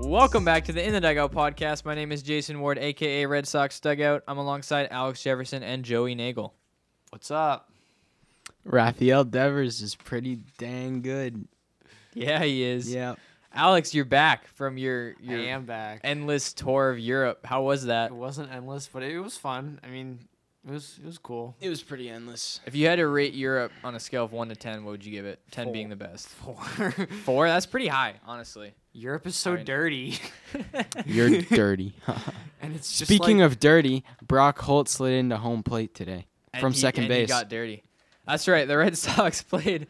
Welcome back to the In the Dugout podcast. My name is Jason Ward, aka Red Sox Dugout. I'm alongside Alex Jefferson and Joey Nagel. What's up? Raphael Devers is pretty dang good. Yeah, he is. Yeah. Alex, you're back from your I your am back. endless tour of Europe. How was that? it wasn't endless, but it was fun. I mean, it was it was cool. It was pretty endless. If you had to rate Europe on a scale of one to ten, what would you give it? Ten being the best. Poor. Four. That's pretty high, honestly. Europe is so I mean- dirty, You're dirty. and it's just Speaking of dirty, Brock Holt slid into home plate today And from he- second and he base. got dirty. That's right. The Red Sox played.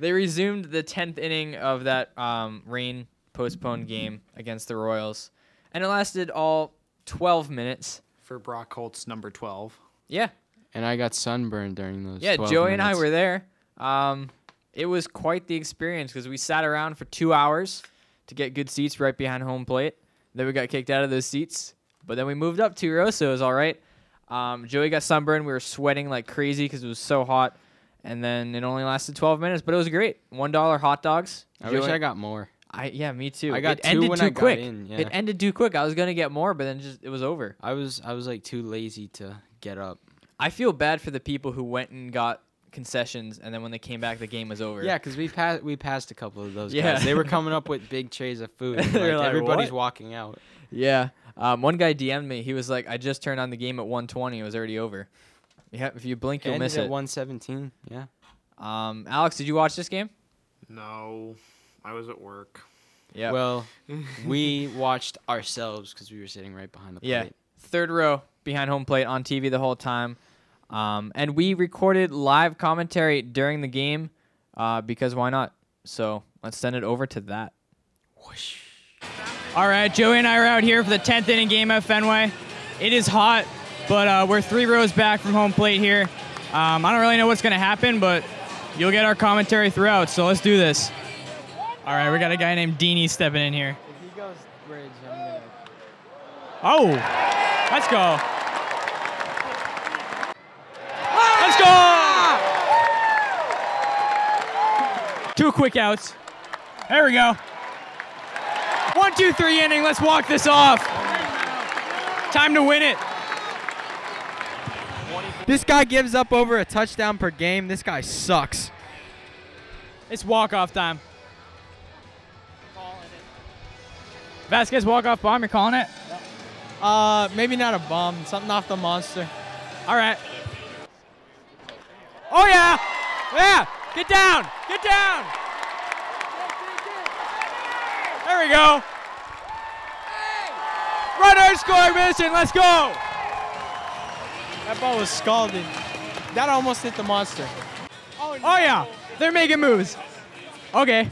They resumed the tenth inning of that um, rain postponed game against the Royals, and it lasted all twelve minutes. for Brock Holt's number twelve. Yeah, and I got sunburned during those. yeah. 12 Joey and I minutes. were there. Um, it was quite the experience because we sat around for two hours to get good seats right behind home plate. Then we got kicked out of those seats, but then we moved up two rows, so it was all right. Um, Joey got sunburned. We were sweating like crazy because it was so hot. And then it only lasted 12 minutes, but it was great. One dollar hot dogs. I wish Joey- I got more. I- yeah, me too. I got it two ended when too I got quick. in, yeah. It ended too quick. I was gonna get more, but then just it was over. I was I was like too lazy to get up. I feel bad for the people who went and got concessions, and then when they came back, the game was over. Yeah, because we passed we passed a couple of those Yeah. guys. They were coming up with big trays of food. and, They're like, like, everybody's "What?" walking out. Yeah. Um, one guy DM'd me. He was like, "I just turned on the game at 120. It was already over." Yeah, if you blink, you'll Ended miss at it. 117. Yeah. Um, Alex, did you watch this game? No, I was at work. Yeah. Well, we watched ourselves because we were sitting right behind the plate. yeah. Third row behind home plate on TV the whole time. Um, and we recorded live commentary during the game uh, because why not? So let's send it over to that. All right, Joey and I are out here for the 10th inning game at Fenway. It is hot, but uh, we're three rows back from home plate here. Um, I don't really know what's going to happen, but you'll get our commentary throughout, so let's do this. All right, we got a guy named Deanie stepping in here. If he goes bridge, I'm gonna. Oh, let's go. Let's go. Two quick outs. There we go. One, two, three inning. Let's walk this off. Time to win it. This guy gives up over a touchdown per game. This guy sucks. It's walk off time. Vasquez walk off bomb. You're calling it. Uh, maybe not a bomb. Something off the monster. All right. Oh yeah, yeah. Get down. Get down. There we go. Runner score mission. Let's go. That ball was scalded. That almost hit the monster. Oh yeah, they're making moves. Okay,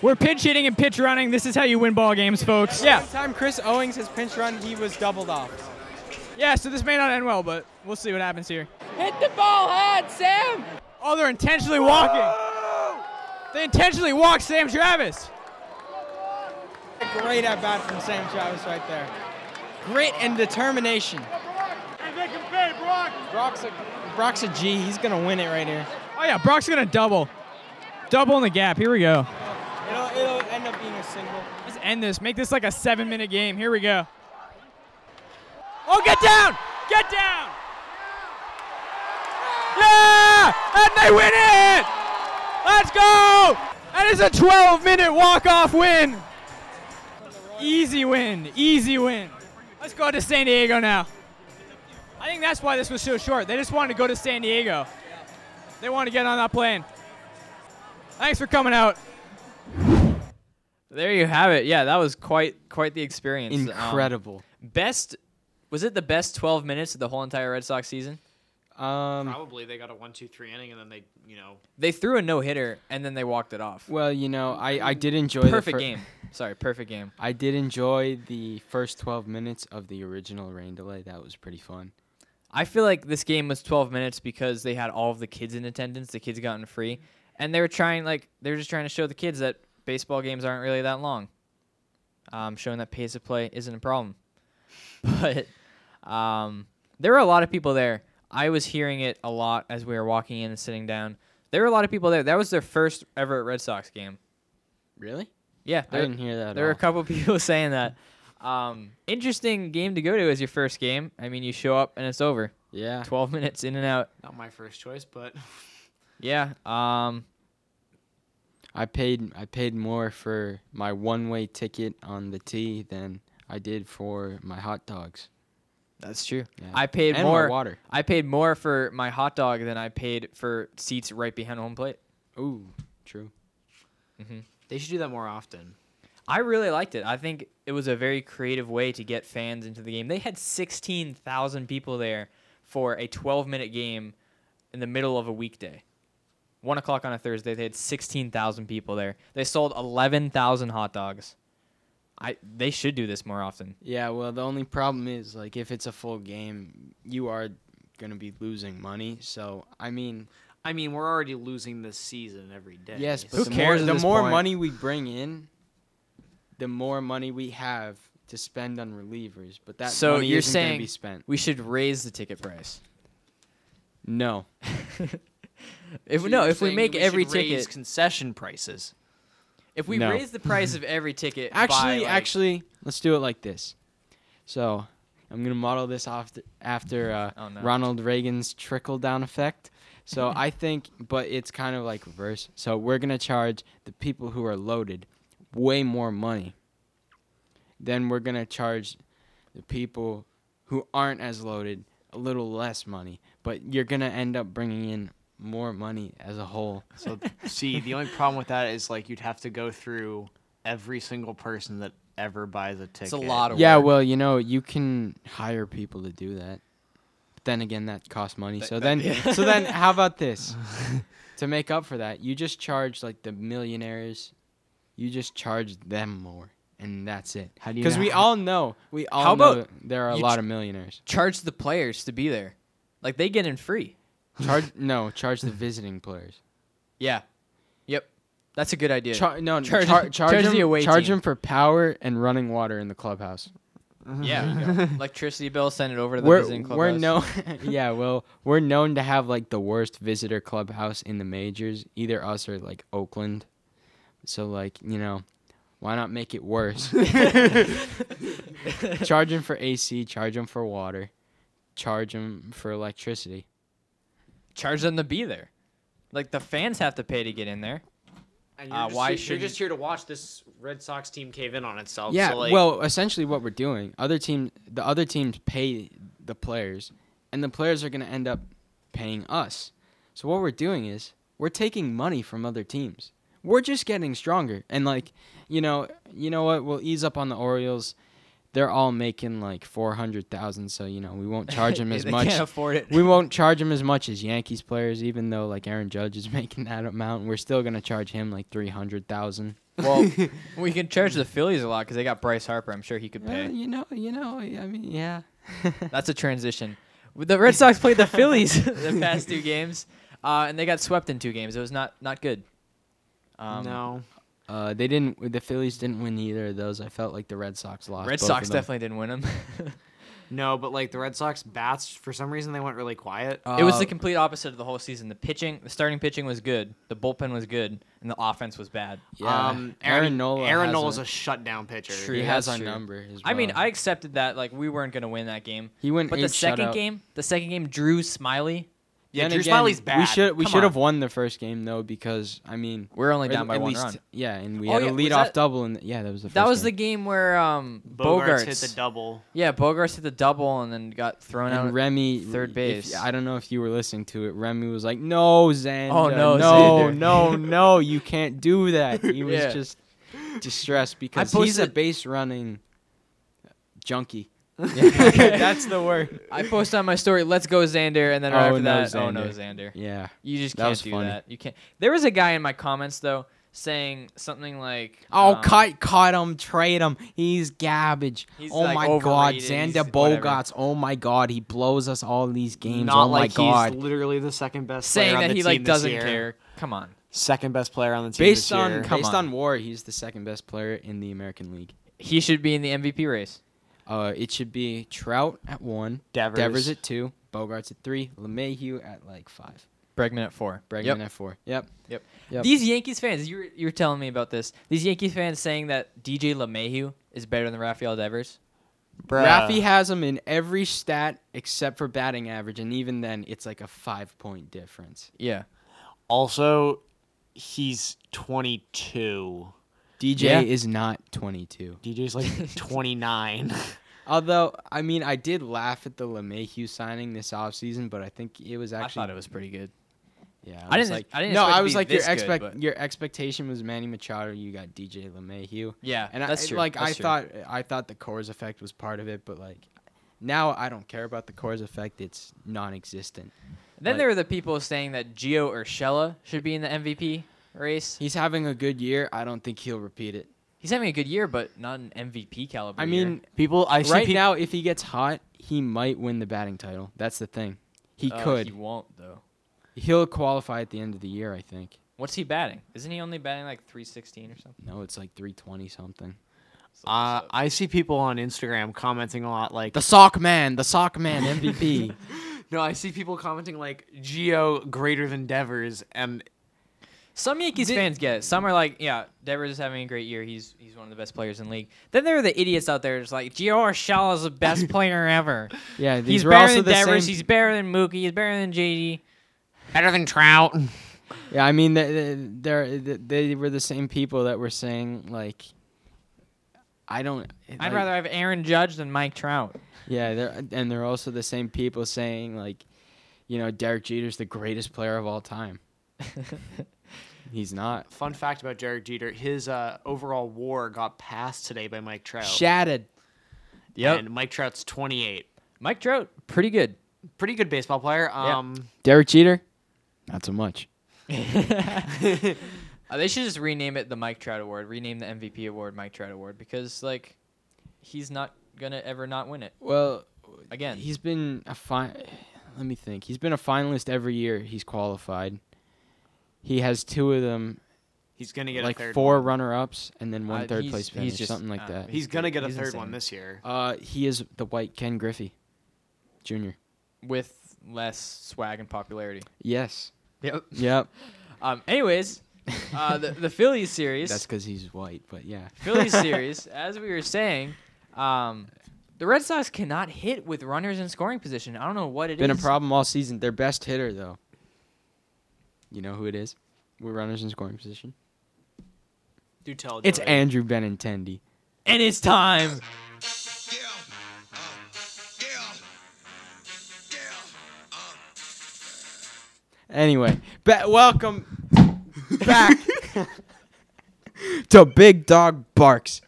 we're pitch hitting and pitch running. This is how you win ball games, folks. Yeah. Time Chris Owings has pinch run, he was doubled off. Yeah, so this may not end well, but we'll see what happens here. Hit the ball hard, Sam! Oh, they're intentionally walking. They intentionally walked Sam Travis. Great at bat from Sam Travis right there. Grit and determination. Brock's a, Brock's a G. He's gonna win it right here. Oh, yeah, Brock's gonna double. Double in the gap. Here we go. It'll, it'll end up being a single. Let's end this. Make this like a seven minute game. Here we go. Oh, get down! Get down! Yeah! And they win it! Let's go! And it's a 12 minute walk off win. Easy win. Easy win. Let's go to San Diego now. I think that's why this was so short. They just wanted to go to San Diego. They want to get on that plane. Thanks for coming out. There you have it. Yeah, that was quite quite the experience. Um, Incredible. best was it the best 12 minutes of the whole entire Red Sox season? Um, Probably they got a one, two, three inning, and then they, you know, They threw a no hitter and then they walked it off. well, you know, I, I did enjoy the Perfect fir- game. Sorry, perfect game. I did enjoy the first 12 minutes of the original rain delay. That was pretty fun. I feel like this game was 12 minutes because they had all of the kids in attendance. The kids gotten free, and they were trying like they were just trying to show the kids that baseball games aren't really that long. Um, showing that pace of play isn't a problem, but um, there were a lot of people there. I was hearing it a lot as we were walking in and sitting down. There were a lot of people there. That was their first ever Red Sox game. Really? Yeah, I there, didn't hear that. at there were a all. couple people saying that. Um, interesting game to go to as your first game. I mean, you show up and it's over. yeah. 12 minutes in and out. Not my first choice, but Yeah. Um, I paid I paid more for my one way ticket on the T than I did for my hot dogs. that's true. Yeah. I paid and more. my water. I paid more for my hot dog than I paid for seats right behind home plate. Ooh, true. they should do that more often. I really liked it. I think it was a very creative way to get fans into the game. They had 16,000 people there for a 12 minute game in the middle of a weekday. One o'clock on a Thursday, they had 16,000 people there. They sold 11,000 hot dogs. I They should do this more often. Yeah, well, the only problem is like if it's a full game, you are gonna be losing money. So I mean, I mean, we're already losing this season every day. yes, but Who the cares at more, the this more point? money we bring in, the more money we have to spend on relievers. But that So money you're isn't saying- gonna be spent. We should raise the ticket price. No, If So no, you're if we saying make should every raise ticket, concession prices. if we No. raise the price of every ticket, by, actually, like- actually, let's do it like this. So I'm gonna model this off th- after uh, Oh, no. Ronald Reagan's trickle down effect. So I think, but it's kind of like reverse. So we're gonna charge the people who are loaded way more money. Then we're gonna charge the people who aren't as loaded a little less money. But you're gonna end up bringing in more money as a whole. So see, the only problem with that is like you'd have to go through every single person that ever buys a ticket. it's a lot of Yeah, work. well, you know, you can hire people to do that. But then again, that costs money. so then, so then, how about this? to make up for that, you just charge like the millionaires. You just charge them more, and that's it. How do you Because know we how- all know, we all How know about there are a you lot ch- of millionaires. charge the players to be there. Like they get in free. Charge no, charge the visiting players. Yeah. Yep. That's a good idea. Char- no, no, Charge- charge, char- charge, charge the them, away charge team. them for power and running water in the clubhouse. yeah. Electricity bill, send it over to the we're, visiting club. we're known yeah well we're known to have like the worst visitor clubhouse in the majors either us or like oakland so like you know why not make it worse charge them for ac charge them for water charge them for electricity charge them to be there. Like the fans have to pay to get in there. And Uh, just why here- shouldn't- you're just here to watch this Red Sox team cave in on Oh, itself? yeah so, like, well essentially what we're doing other team the other teams pay the players and the players are going to end up paying us so what we're doing is we're taking money from other teams we're just getting stronger and like you know you know what we'll ease up on the orioles they're all making like 400000 so you know we won't charge them as they much can't afford it. we won't charge him as much as Yankees players, even though like Aaron Judge is making that amount. We're still gonna charge him like three hundred thousand. well, we can charge the Phillies a lot because they got Bryce Harper. I'm sure he could Uh, pay. you know, you know. I mean, yeah. That's a transition. The Red Sox played the Phillies the past two games, uh, and they got swept in two games. It was not not good. Um, no. Uh, they didn't. The Phillies didn't win either of those. I felt like the Red Sox lost. Red both Sox of them. definitely didn't win them. No, but like the Red Sox bats, for some reason they went really quiet. It was Uh, the complete opposite of the whole season. The pitching, the starting pitching was good, the bullpen was good, and the offense was bad. Yeah. Um, Aaron, Aaron, Nola. Aaron has Nola's a- a shutdown pitcher. True. He has That's our true. number. As well. I mean, I accepted that like we weren't going to win that game. he went. But eight the second shutout. game, the second game drew Smiley. Yeah, Then Drew again, Smiley's bad. We should we Come should have on. won the first game though because I mean We're only or down at by one least- run. Yeah, and we Oh, had yeah, a was lead off that- double and yeah, that was the. First That was game. the game where um Bogarts Bogarts, hit the double. Yeah, Bogarts hit the double and then got thrown out. and Remy third if- base. I don't know if you were listening to it. Remy was like, "No, Xander, Oh, no, no, Xander." no, no, you can't do that." He was Yeah. just distressed because he's a posted- base running junkie. That's the word. I posted on my story, "Let's go Xander," and then right Oh, after no, that, oh no, Xander. Yeah, You just That can't was do funny. that. You can't. There was a guy in my comments though saying something like, Oh, um, cut, cut him, trade him. He's garbage. He's, oh like, my god, overrated. He's- Xander whatever. Bogarts. Oh my god, he blows us all these games. Not oh my like he's god. literally the second best saying player on that the he team like this doesn't year. care. Come on. Second best player on the team based this on year. Come based on. on WAR, he's the second best player in the American League. He should be in the MVP race. Uh, it should be Trout at one, Devers. at two, Bogarts at three, LeMahieu at like five. Bregman at four. Bregman Yep. at four. Yep. Yep. Yep. These Yankees fans, you were, you were telling me about this. These Yankees fans saying that DJ LeMahieu is better than Rafael Devers. Rafi has him in every stat except for batting average, and even then, it's like a five point difference. Yeah. Also, he's 22. DJ Yeah. is not 22. DJ's like 29. Although, I mean, I did laugh at the LeMahieu signing this offseason, but I think it was I actually. thought it was pretty good. Yeah, I was didn't- Like, I didn't no, expect it I to was be like your this good, expect but- your expectation was Manny Machado. You got DJ LeMahieu. Yeah, and that's I, true. Like I That's true. thought, I thought the Coors effect was part of it, but like now I don't care about the Coors effect. It's non-existent. Then Like- there were the people saying that Gio Urshela should be in the MVP race. He's having a good year. I don't think he'll repeat it. He's having a good year, but not an MVP caliber. I year. mean, People, I see right peop- now, if he gets hot, he might win the batting title. That's the thing. Oh, He Uh, could. He won't though. He'll qualify at the end of the year, I think. What's he batting? Isn't he only batting like 316 or something? No, it's like 320 something. Uh, I see people on Instagram commenting a lot like, The sock man, the sock man MVP. no, I see people commenting like, Geo greater than Devers, um, and Some Yankees fans get it. Some are like, yeah, Devers is having a great year. He's he's one of the best players in the league. Then there are the idiots out there just like, Gio Urshela is the best player ever. yeah, these He's were better also than the Devers. same. He's better than Mookie. He's better than JD. better than Trout. Yeah, I mean, they, they, they were the same people that were saying like, I don't. eh, I'd like- rather have Aaron Judge than Mike Trout. Yeah, they're and they're also the same people saying like, you know, Derek Jeter's the greatest player of all time. He's not. Fun fact about Derek Jeter: his uh, overall WAR got passed today by Mike Trout. Shattered. And Yep. Mike Trout's 28. Mike Trout, pretty good. Pretty good baseball player. Um, Derek Jeter, not so much. Uh, they should just rename it the Mike Trout Award. Rename the MVP award Mike Trout Award because like he's not gonna ever not win it Well, again. he's been a fi- Let me think. He's been a finalist every year. He's qualified. He has two of them, he's gonna get like a third. four one. runner-ups and then one Uh, third he's- place he's finish, just- something like uh, that. He's gonna get a He's third insane. one this year. Uh, he is the white Ken Griffey, Junior. with less swag and popularity. Yes. Yep. Yep. Um. Anyways, uh, the the Phillies series. That's because he's white, but yeah. Phillies series, as we were saying, um, the Red Sox cannot hit with runners in scoring position. I don't know what it is. Been a problem all season. Their best hitter, though. You know who it is? We're runners in scoring position. Do tell. It's Joey. Andrew Benintendi. And it's time. Yeah. Uh, yeah. Yeah. Anyway, ba- welcome back to Big Dog Barks.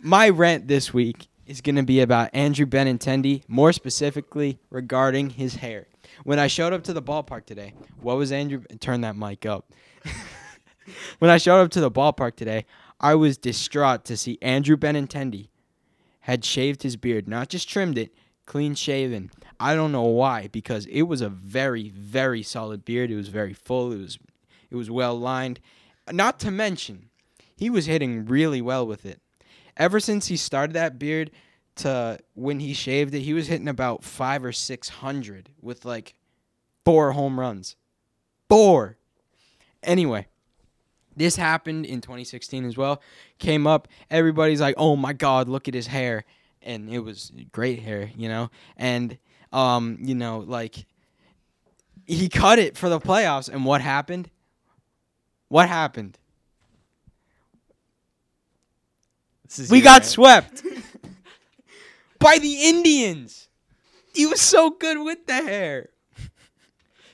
My rant this week is going to be about Andrew Benintendi, more specifically regarding his hair. When I showed up to the ballpark today, what was Andrew? Turn that mic up. when I showed up to the ballpark today, I was distraught to see Andrew Benintendi had shaved his beard, not just trimmed it, clean shaven. I don't know why, because it was a very, very solid beard. It was very full. It was, it was well lined. Not to mention, he was hitting really well with it. Ever since he started that beard to when he shaved it, he was hitting about five or six hundred with like four home runs. Four. Anyway, this happened in 2016 as well. Came up, everybody's like, "Oh my God, look at his hair," and it was great hair, you know. And um, you know, like he cut it for the playoffs, and what happened? What happened? We got swept by the Indians. He was so good with the hair.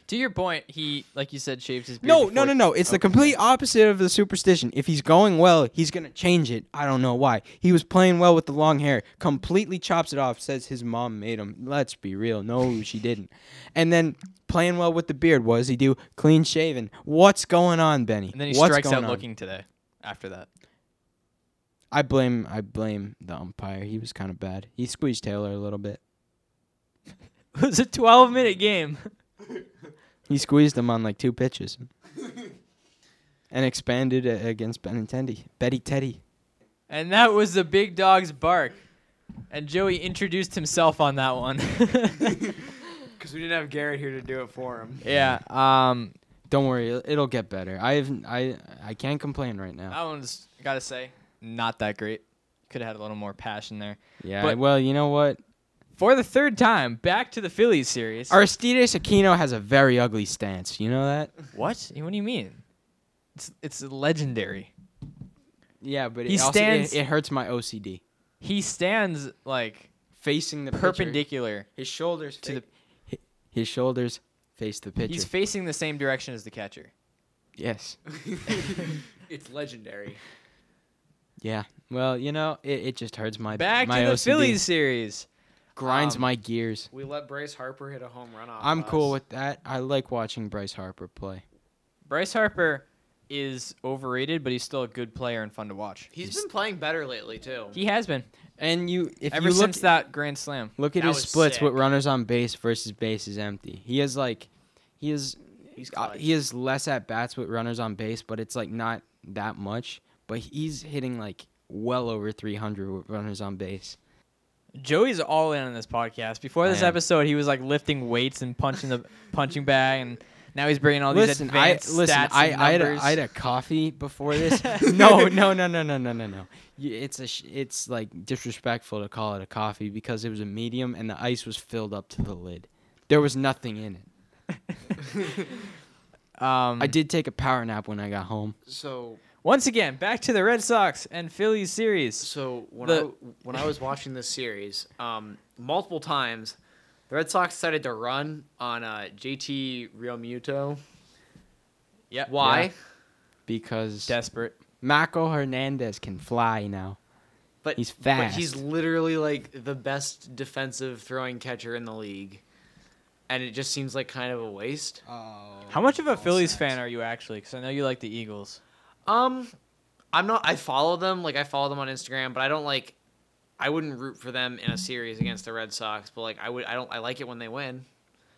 To your point, he, like you said, shaved his beard. No, before- no, no, no. It's the Okay. complete opposite of the superstition. If he's going well, he's gonna change it. I don't know why. He was playing well with the long hair. Completely chops it off. Says his mom made him. Let's be real. No, she didn't. And then playing well with the beard. What does he do? Clean shaven. What's going on, Benny? And then he What's strikes out going on? looking today. After that, I blame. I blame the umpire. He was kind of bad. He squeezed Taylor a little bit. it was a 12-minute game. He squeezed him on like two pitches. And expanded uh, against Benintendi. Betty Teddy. And that was the big dog's bark. And Joey introduced himself on that one. Because we didn't have Garrett here to do it for him. Yeah. Um, Don't worry, it'll, it'll get better. I've I I can't complain right now. that one's gotta say not that great. Could have had a little more passion there. yeah. but- well, you know what? For the third time, back to the Phillies series. Aristides Aquino has a very ugly stance. You know that? what? What do you mean? It's it's legendary. Yeah, but He it also- stands- it, it hurts my OCD. He stands like Facing the pitcher. perpendicular. His shoulders to to the. His shoulders face the pitcher. He's facing the same direction as the catcher. yes. It's legendary. Yeah. Well, you know, it, it just hurts my Back my to the OCD. Phillies series. Grinds um, my gears. We let Bryce Harper hit a home run off. I'm us. cool with that. I like watching Bryce Harper play. Bryce Harper is overrated, but he's still a good player and fun to watch. He's been playing better lately too. He has been And you, if ever you look, since that grand slam. look at That his was splits with sick. runners on base versus bases empty. He is like, he is, He's uh, clutch. he is less at bats with runners on base, but it's like not that much. But he's hitting like well over 300 with runners on base. Joey's all in on this podcast. Before this I am. episode, he was like lifting weights and punching the punching bag, and now he's bringing all listen, these I advanced listen. stats I and I had, a, numbers. I had a coffee before this. no, no, no, no, no, no, no, no. You, it's a sh- it's like disrespectful to call it a coffee because it was a medium and the ice was filled up to the lid. There was nothing in it. um, I did take a power nap when I got home. So Once again, back to the Red Sox and Phillies series. So when The- I when I was watching this series, um, multiple times, the Red Sox decided to run on uh, JT Realmuto. Yep. Why? Yeah. Because Desperate. Marco Hernandez can fly now. But He's But fast. he's literally like the best defensive throwing catcher in the league, and it just seems like kind of a waste. How much of a Phillies fan are you actually? Because I know you like the Eagles. Um, I'm not. I follow them. Like I follow them on Instagram, but I don't like. I wouldn't root for them in a series against the Red Sox, but like I would. I don't. I like it when they win.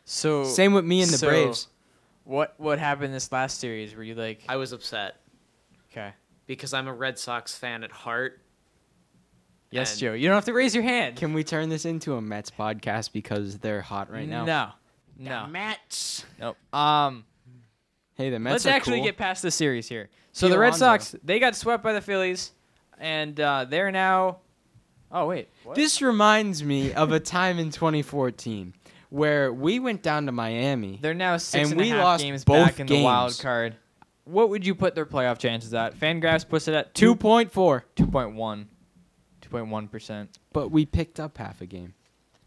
So Same with me and the so Braves. What what happened this last series? Were you like I was upset okay? because I'm a Red Sox fan at heart. Yes, and- Joe. You don't have to raise your hand. Can we turn this into a Mets podcast because they're hot right now? No. No. Mets. Nope. Um. Hey, the Mets Let's are actually cool. get past the series here. So Pete the Red Alonso. Sox they got swept by the Phillies, and uh, they're now. Oh wait. What? This reminds me of a time in 2014 where we went down to Miami. They're now six And and a half we lost games both back in the wild games. card. What would you put their playoff chances at? Fangraphs puts it at two 2.4, two point one. 2.1 percent. but we picked up half a game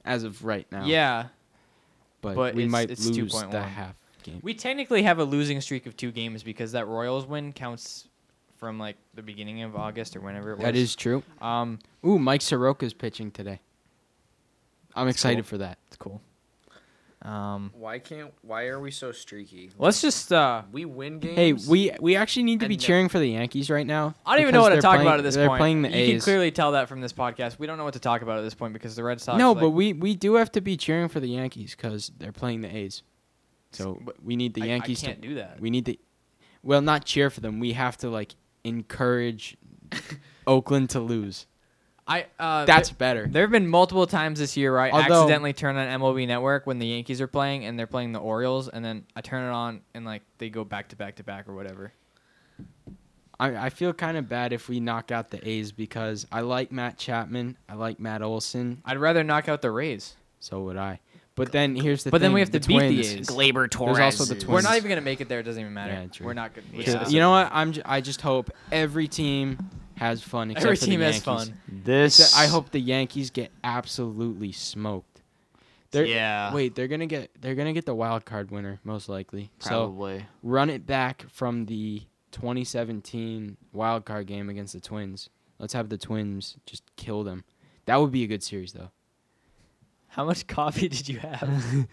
as of right now. Yeah, but, but we it's- might it's lose 2.1. the half game. we technically have a losing streak of two games because that Royals win counts from like the beginning of August or whenever it was. That is true. um, Ooh, Mike Soroka's pitching today. I'm excited cool. for that. it's cool. Um, Why can't? Why are we so streaky? let's just uh, We win games. Hey, we we actually need to And be the- cheering for the Yankees right now. I don't even because know what to they're talk playing- about at this they're point. playing the you A's. can clearly tell that from this podcast. We don't know what to talk about at this point because the Red Sox. no, like- but we we do have to be cheering for the Yankees because they're playing the A's. So we need the I- I Yankees can't to do that. We need to, well, not cheer for them. We have to like encourage Oakland to lose. I uh, That's there- better. There have been multiple times this year where I Although- accidentally turn on MLB Network when the Yankees are playing and they're playing the Orioles, and then I turn it on and like they go back to back to back or whatever. I, I feel kind of bad if we knock out the A's because I like Matt Chapman. I like Matt Olson. I'd rather knock out the Rays, So would I. But then here's the but thing. then we have to the beat twins. the A's. Glaber Torres. There's also the We're Twins. not even gonna make it there. It doesn't even matter. Yeah, true. We're not good. Yeah. Yeah. You know what? I'm. J- I just hope every team has fun. Except Every for team the has Yankees. fun. this, Except- I hope the Yankees get absolutely smoked. They're, Yeah. Wait, they're gonna get they're gonna get the wild card winner most likely. So probably. run it back from the 2017 wild card game against the Twins. Let's have the Twins just kill them. That would be a good series though. How much coffee did you have?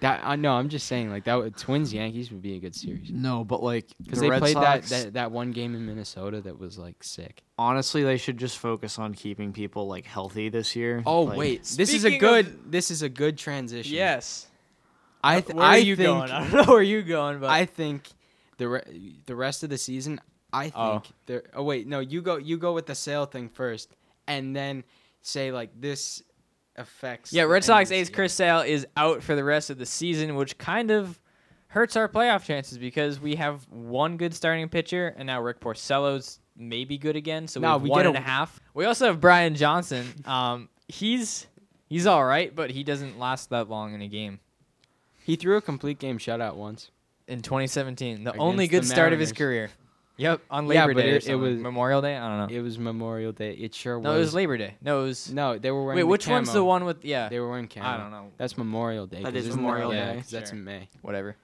That I know. I'm just saying like that would, Twins Yankees would be a good series no, but like because they played that, that that one game in Minnesota that was like sick. honestly, they should just focus on keeping people like healthy this year. Oh Like, wait, this is a Speaking of- good this is a good transition. yes. I th- Where I are you think going? I don't know where you're going, but I think the re- the rest of the season. I think Oh. there. Oh wait, no. You go. You go with the sale thing first, and then say like this affects. Yeah, the Red end Sox of the ace season. Chris Sale is out for the rest of the season, which kind of hurts our playoff chances because we have one good starting pitcher, and now Rick Porcello's maybe good again. So No, we have we one get and a- a half. We also have Brian Johnson. Um, he's he's all right, but he doesn't last that long in a game. He threw a complete game shutout once. In 2017, the only good Against the start of his career. Mariners. Yep, on Yeah, Labor but Day. or it- it something. was- Memorial Day. I don't know. It was Memorial Day. It sure was. no, it was Labor Day. No, it was. No, they were wearing. Wait, the which one's the camo. one with? Yeah, They were wearing camo. I don't know. That's Memorial Day. That 'cause is isn't Memorial yeah, Day. 'cause That's Sure. in May. whatever.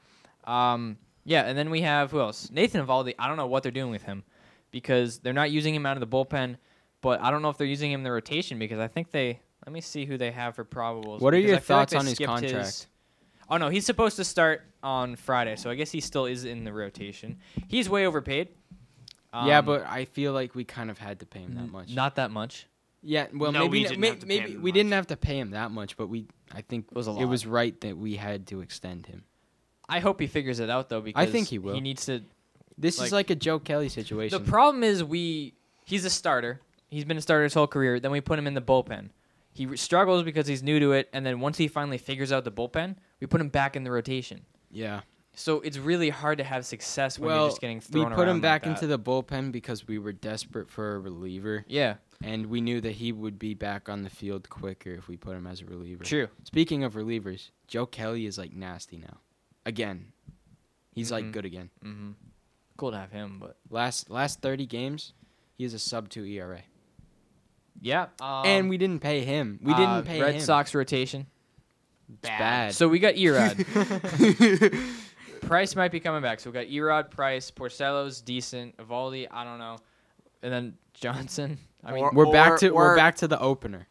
Um, yeah, and then we have who else? Nathan Evaldi. I don't know what they're doing with him because they're not using him out of the bullpen, but I don't know if they're using him in the rotation because I think they. Let me see who they have for probables. What are because your I feel like thoughts they on his skipped contract? Oh no, he's supposed to start on Friday, so I guess he still is in the rotation. He's way overpaid. yeah, Um, but I feel like we kind of had to pay him that much. not that much. Yeah, well, No, maybe we not- didn't may- have to pay maybe him we much. didn't have to pay him that much, but we I think was a it lot. was right that we had to extend him. I hope he figures it out though because think he will. He needs to This Like- is like a Joe Kelly The situation. problem is we he's a starter. He's been a starter his whole career. Then we put him in the bullpen. He re- struggles because he's new to it, and then once he finally figures out the bullpen, we put him back in the rotation. yeah. So it's really hard to have success when well, you're just getting we thrown put around him like back that. into the bullpen because we were desperate for a reliever, yeah, and we knew that he would be back on the field quicker if we put him as a reliever. true. Speaking of relievers, Joe Kelly is like nasty now. Again, he's like Mhm. good again. hmm Cool to have him, but Last last thirty games, he is a sub two ERA, yeah. Um, and we didn't pay him. We uh, didn't pay Red him. Sox rotation. It's bad. So we got Erod. Price might be coming back. So we got Erod, Price, Porcello's decent, Evaldi. I don't know, and then Johnson. I mean, Or- we're back to or- we're back to the opener.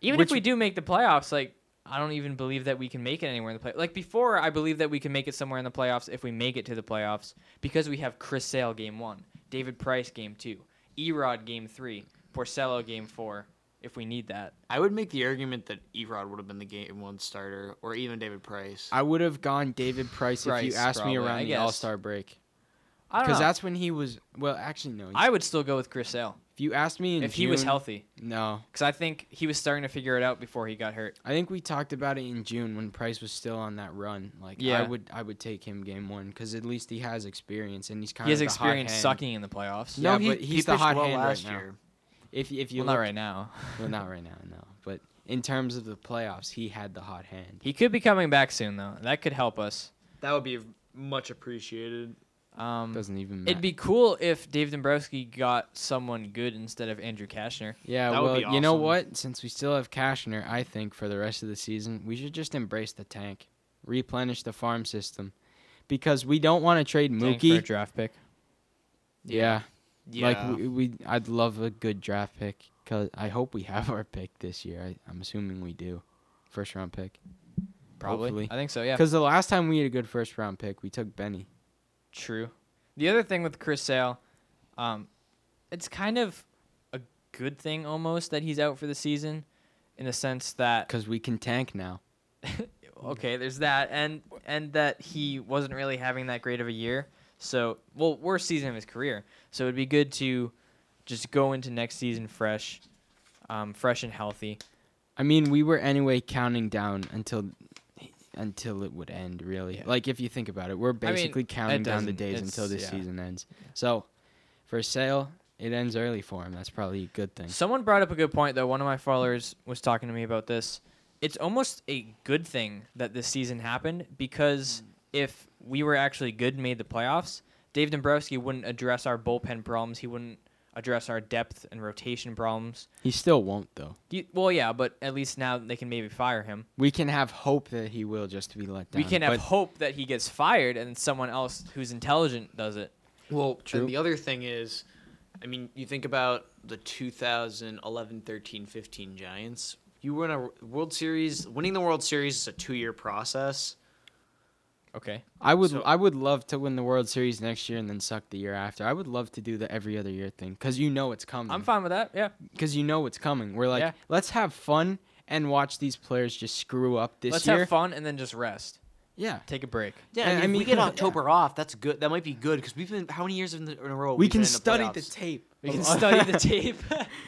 Even if Which- we do make the playoffs, like I don't even believe that we can make it anywhere in the play. Like before, I believe that we can make it somewhere in the playoffs if we make it to the playoffs because we have Chris Sale game one, David Price game two, Erod game three, Porcello game four. If we need that, I would make the argument that Erod would have been the game one starter, or even David Price. I would have gone David Price, if Price, you asked probably, me I around the guess. All Star break I don't know. because that's when he was. Well, actually no. I would still go with Chris Sale if you asked me in if he was June- healthy, no. because I think he was starting to figure it out before he got hurt. I think we talked about it in June when Price was still on that run. Like I Yeah. would I would take him game one because at least he has experience and he's kind He has of the hot experience hand. sucking in the playoffs. No, he- he's the pitched hot well hand last right now. year. If if you Well, not look- right now. well, not right now, no. But in terms of the playoffs, he had the hot hand. He could be coming back soon though. That could help us. That would be much appreciated. Um, Doesn't even. Matter. It'd be cool if Dave Dombrowski got someone good instead of Andrew Kashner. yeah. that would well, be you know awesome. what? Since we still have Cashner, I think for the rest of the season we should just embrace the tank, replenish the farm system, because we don't want to trade Tank for a Mookie. draft pick. yeah. Yeah. Like we, we, I'd love a good draft pick. Cause I hope we have our pick this year. I, I'm assuming we do, first round pick. Probably. Hopefully. I think so, yeah. Cause the last time we had a good first round pick, we took Benny. True. The other thing with Chris Sale, um, it's kind of a good thing almost that he's out for the season in the sense that Cause we can tank now. okay, there's that and and that he wasn't really having that great of a year. So, well, worst season of his career. So it'd be good to just go into next season fresh, um, fresh and healthy. I mean, we were anyway counting down until, until it would end. Really, Yeah. like if you think about it, we're basically counting it down the doesn't- days until it's- this yeah. season ends. So, for sale, it ends early for him. That's probably a good thing. Someone brought up a good point though. One of my followers was talking to me about this. It's almost a good thing that this season happened because if we were actually good and made the playoffs, Dave Dombrowski wouldn't address our bullpen problems. He wouldn't address our depth and rotation problems. He still won't though. He, well, yeah, but at least now they can maybe fire him. We can have hope that he will just to be let down. we can have but- hope that he gets fired and someone else who's intelligent does it. Well, True. and the other thing is, I mean, you think about the 2011, 13, 15 Giants. You win a World Series. Winning the World Series is a two-year process. Okay. I would So- I would love to win the World Series next year and then suck the year after. I would love to do the every other year thing because you know it's coming. I'm fine with that. Yeah. because you know it's coming. We're like, Yeah. let's have fun and watch these players just screw up this Let's year. have fun and then just rest. Yeah. Take a break. Yeah, I And mean, I if mean, we get yeah. October off. That's good. That might be good because we've been how many years in, the, in a row? We we've been can in the study the playoffs? tape. We can of study the tape.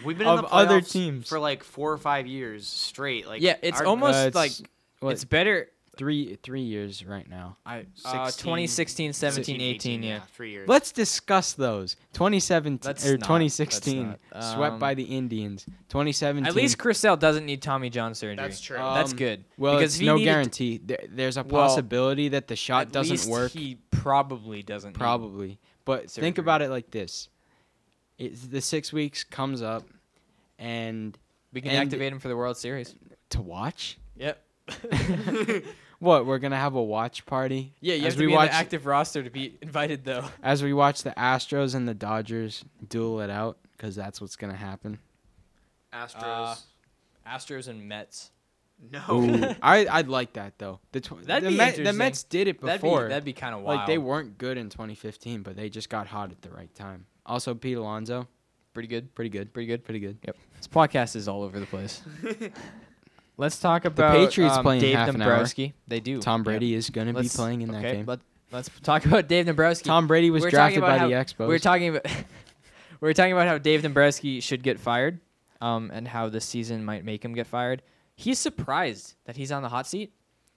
We've been in of the other playoffs teams. for like four or five years straight. Like yeah, it's our- almost Uh, it's- like what, it's better. three three years right now. I uh, 16, 2016, 17, 18, yeah. three years. Let's discuss those. 2017 Let's or not. 2016 Let's not. swept by Um, the Indians. 2017 At least Chrisell doesn't need Tommy John surgery. That's true. That's Um, good. well, because it's if he no needed to- guarantee. There, there's a Well, possibility that the shot at doesn't least work. He probably doesn't. need- probably. But think surgery. about it like this: it's, the six weeks comes up, and we can and- activate him for the World Series. to watch. Yep. What we're gonna have a watch party? Yeah, you as have to we be on watch the active roster to be invited, though. as we watch the Astros and the Dodgers duel it out, because that's what's gonna happen. Astros. Uh, Astros and Mets. no. I I'd like that though. The tw- Oh. That'd the, be Met, the interesting. Mets did it That'd before. be that'd be kind of wild. like they weren't good in 2015, but they just got hot at the right time. Also, Pete Alonso, pretty good. pretty good, Pretty good. pretty good. This podcast is all over the place. Let's talk about Patriots um, play in Dave half an hour. Dombrowski. They do. Tom Yep. Brady is gonna Let's- be playing in that okay, game. Let, us talk about Dave Dombrowski. Tom Brady was We're talking drafted about by how- the Expos. We were talking about we were talking about how Dave Dombrowski should get fired, um, and how this season might make him get fired. He's surprised that he's on the hot seat.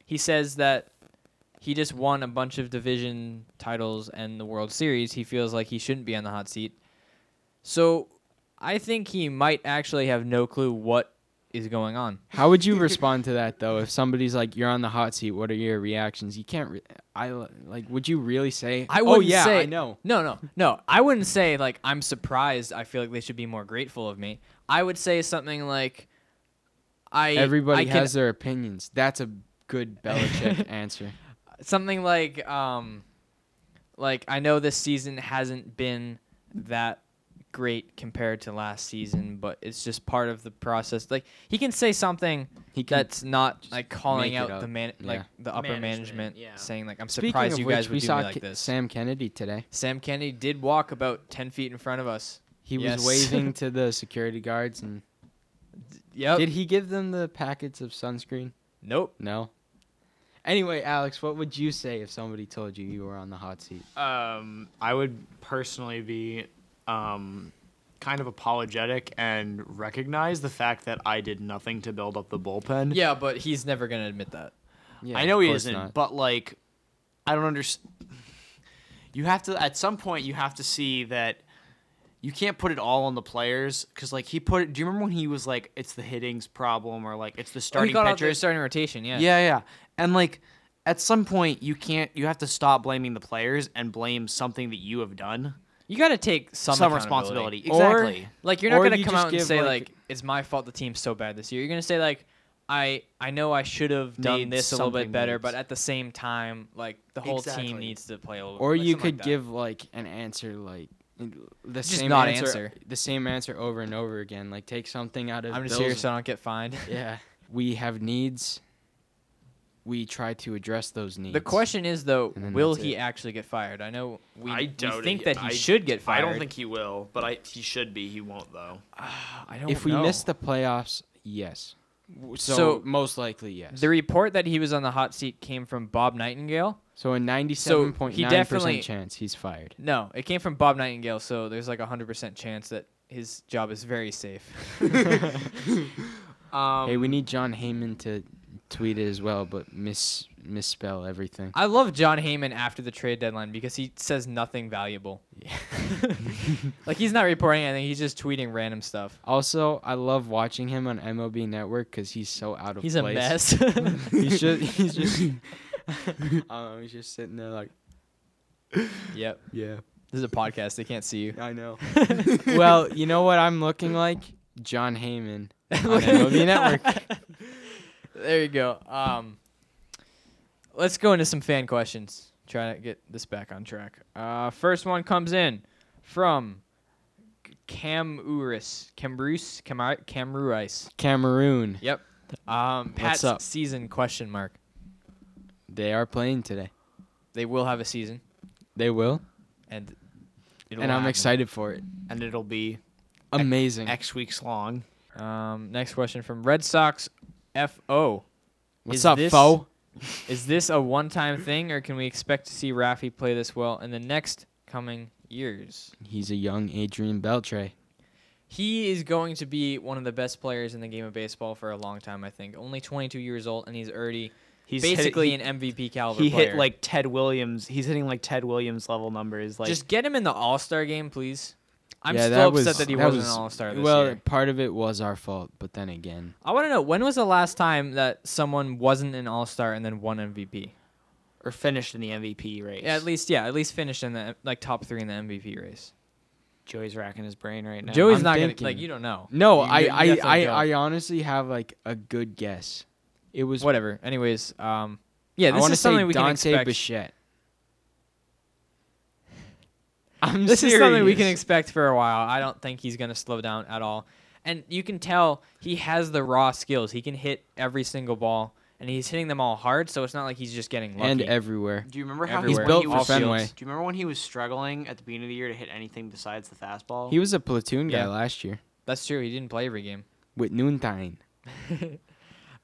He says that he just won a bunch of division titles and the World Series. He feels like he shouldn't be on the hot seat. So I think he might actually have no clue what is going on. How would you respond to that though? If somebody's like, "You're on the hot seat," what are your reactions? You can't. Re- I like. Would you really say? I oh wouldn't yeah, say I know. No, no, no. I wouldn't say like I'm surprised. I feel like they should be more grateful of me. I would say something like, I Everybody I can- has their opinions. That's a good Belichick answer. something like um, like I know this season hasn't been that great compared to last season, but it's just part of the process. Like he can say something He can that's not like calling make it out up. the man, like the upper Management, management, yeah. saying like I'm Speaking surprised of you which, guys we would do me saw like Ke- this. Sam-, Sam Kennedy today. Kennedy did walk about ten feet in front of us. He Yes. was waving to the security guards, and Yep. did he give them the packets of sunscreen? nope. No. Anyway, Alex, what would you say if somebody told you you were on the hot seat? Um, I would personally be um, kind of apologetic and recognize the fact that I did nothing to build up the bullpen. Yeah, but he's never gonna admit that. Oh, Yeah, I know he of course isn't, not. but like, I don't understand. You have to at some point you have to see that you can't put it all on the players because like he put it. Do you remember when he was like, "It's the hitting's problem" or like, "It's the Starting starting Oh, he got out there pitchers"? starting rotation. Yeah. Yeah, yeah. And like at some point you can't you have to stop blaming the players and blame something that you have done. You gotta take some Some accountability. responsibility. Or, Exactly. like you're not Or gonna you come just out and give, say like, like- it's my fault the team's so bad this year. You're gonna say like I I know I should have done Made this a little bit something better, moves. but at the same time, like the whole team Exactly. needs to play a little Or like, you something like could that. give like an answer like the Just same not answer, answer. the same answer over and over again. Like take something out of. I'm just Bill's- here so I don't get fined. Yeah, we have needs. We try to address those needs. The question is though, And then will that's he it. actually get fired? I know we, I we doubt it. think that he I- should get I fired. don't think he will, but I he should be. He won't though. I don't if we know. miss the playoffs, yes. So, so- most likely yes. the report that he was on the hot seat came from Bob Nightingale. so a ninety-seven point he nine definitely- percent chance he's fired. No, it came from Bob Nightingale, so there's like a hundred percent chance that his job is very safe. Um, hey, we need John Heyman to tweet it as well, but miss misspell everything. I love John Heyman after the trade deadline because he says nothing valuable. like he's not reporting anything; he's just tweeting random stuff. Also, I love watching him on MOB Network because he's so out of He's place. a mess. he's just he's just I don't know, he's just sitting there like yep, yeah this is a podcast; they can't see you. I know. well, you know what I'm looking like John Heyman on MOB Network. There you go. Um, let's go into some fan questions. Try to get this back on track. Uh, first one comes in from Cam Uris, Cambrus, Camri- Camruice. Cameroon, Yep. Um, Pat's up? season question mark. they are playing today. They will have a season, They will, and It'll and I'm happen. excited for it. And it'll be Mm. Amazing. X weeks long. um, next question from Red Sox FO. What's is up, this- foe? Is this a one-time thing, or can we expect to see Rafi play this well in the next coming years? He's a young Adrian Beltre. He is going to be one of the best players in the game of baseball for a long time, I think. Only 22 years old, and he's already He's hit- basically he- an MVP caliber he player. hit like Ted Williams. He's hitting like Ted Williams level numbers. Like just get him in the All Star game, please. I'm Yeah, still upset that he wasn't was- an All Star this well, year. part of it was our fault, but then again, I want to know when was the last time that someone wasn't an All Star and then won MVP? or finished in the MVP race. Yeah, at least yeah, at least finished in the like top three in the MVP race. Joey's racking his brain right now. Joey's I'm not thinking- gonna like you don't know. no, You- I, you I, definitely I, don't. I honestly have like a good guess. It was whatever. Anyways, um, yeah, I this wanna is something say we can Dante expect. Bichette. I'm this is something we can serious. expect for a while. I don't think he's gonna slow down at all, and you can tell he has the raw skills. He can hit every single ball, and he's hitting them all hard. So it's not like he's just getting lucky. and everywhere. Do you remember how He's when built he for was, Fenway. Do you remember when he was struggling at the beginning of the year to hit anything besides the fastball? He was a platoon guy Yeah. last year That's true. He didn't play every game. with Noontine.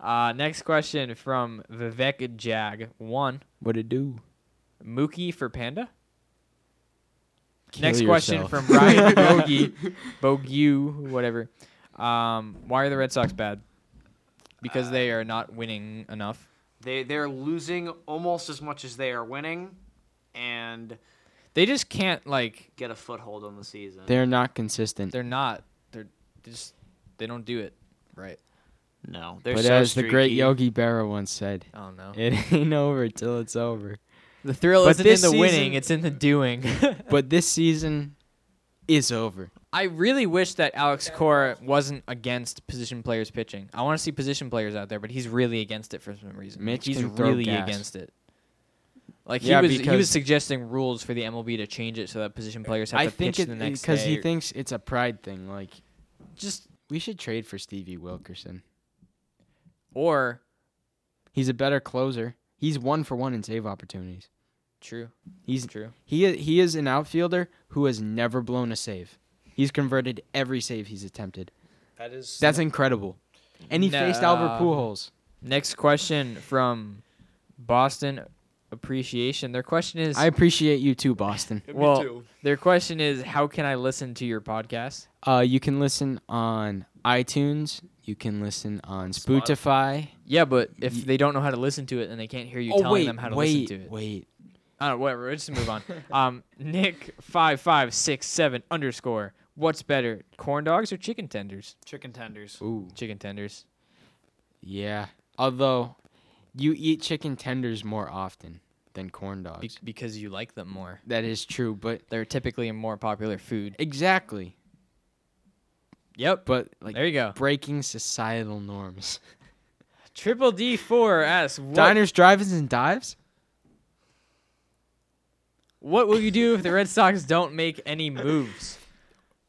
Uh, next question from Vivek Jag one. What it do? Mookie for Panda. Kill Next question from yourself. Ryan Bogie, Bogue, whatever. Um, why are the Red Sox bad? Because they are not winning enough. they they're losing almost as much as they are winning, and They just can't like. get a foothold on the season. They're not consistent. They're not. They're they just. They don't do it right. no, they're But so as the great streaky. Yogi Berra once said, I don't know. it ain't over till it's over. The thrill isn't But in the this winning; season- it's in the doing. But this season is over. I really wish that Alex Cora wasn't against position players pitching. I want to see position players out there, but he's really against it for some reason. Mitch he's can throw really gas. against it. Like Yeah, he was, he was because- suggesting rules for the MLB to change it so that position players have I to think pitch it the next because day. he thinks it's a pride thing. Like just we should trade for Stevie Wilkerson. or He's a better closer. He's one for one in save opportunities. true, He's true. he he is an outfielder who has never blown a save. He's converted every save he's attempted. that is That's incredible. And he faced Albert No. Pujols. Next question from Boston Appreciation. Their question is I appreciate you too, Boston. well, their question is how can I listen to your podcast? Uh, you can listen on iTunes. You can listen on Spotify. Yeah, but if they don't know how to listen to it, then they can't hear you telling them how to Oh, wait, listen to it. wait. I don't know, whatever. Let's just move on. um, Nick five five six seven underscore. What's better, corn dogs or chicken tenders? chicken tenders. Ooh, Chicken tenders. yeah. Although, you eat chicken tenders more often than corn dogs. Be- because you like them more. that is true, but They're typically a more popular food. exactly. Yep. But like there you go. breaking societal norms. Triple D four asks what, Diners, drive-ins, and dives. what will you do if the Red Sox don't make any moves?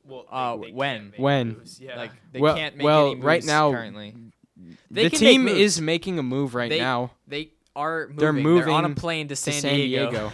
Well, uh, when? When? Yeah. Like they Well- can't make well, any moves right now, currently. They The can make team moves. is making a move right They- now They are moving. They're on a moving plane to to San, San, Diego. Diego.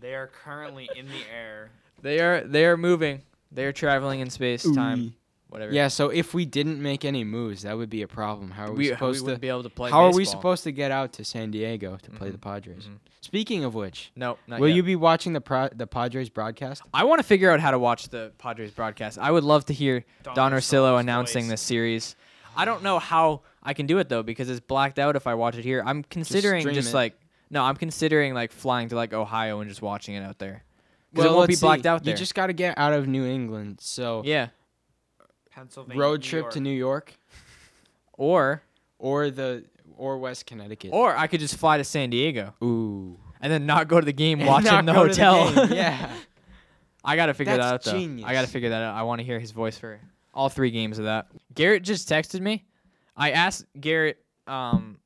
they are currently in the air. They are they are moving. They are traveling in space, time, whatever. yeah. So if we didn't make any moves, that would be a problem. How are we, we, we supposed wouldn't to? be able to play. how are we baseball. supposed to get out to San Diego to play the Padres? Speaking of which, No, not will yet. you be watching the pro- the Padres broadcast? I want to figure out how to watch the Padres broadcast. I would love to hear Don, Don Orsillo Orsillo's announcing voice. this series. I don't know how I can do it though because it's blacked out if I watch it here. I'm considering stream just, it. like no, I'm considering like flying to like Ohio and just watching it out there. 'Cause Well, it won't be let's see. blacked out there. You just got to get out of New England. So yeah, Pennsylvania road trip to New York or or the or West Connecticut. or I could just fly to San Diego Ooh, and then not go to the game, And watch it not in the go to hotel. game, yeah. I gotta figure that out though. That's genius. I gotta figure that out. I want to hear his voice for all three games of that. Garrett just texted me. I asked Garrett um,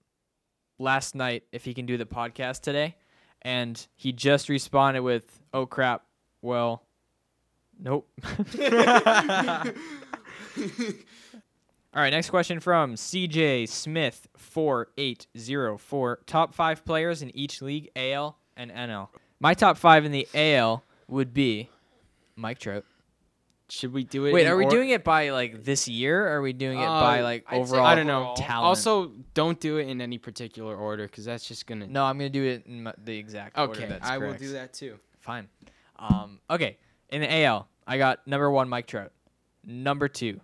last night if he can do the podcast today, and he just responded with, "Oh crap, well, nope." All right, next question from CJ Smith four eight zero four. Top five players in each league, AL and NL. My top five in the AL would be Mike Trout, should we do it? Wait, in are we or- doing it by like this year? Or are we doing it by Uh, like I'd say overall? I don't know. overall. Talent. Also, don't do it in any particular order because that's just gonna. No, I'm gonna do it in my- the exact order. Okay, that's I will correct. do that too. Fine. Um, okay, in the AL, I got number one Mike Trout, number two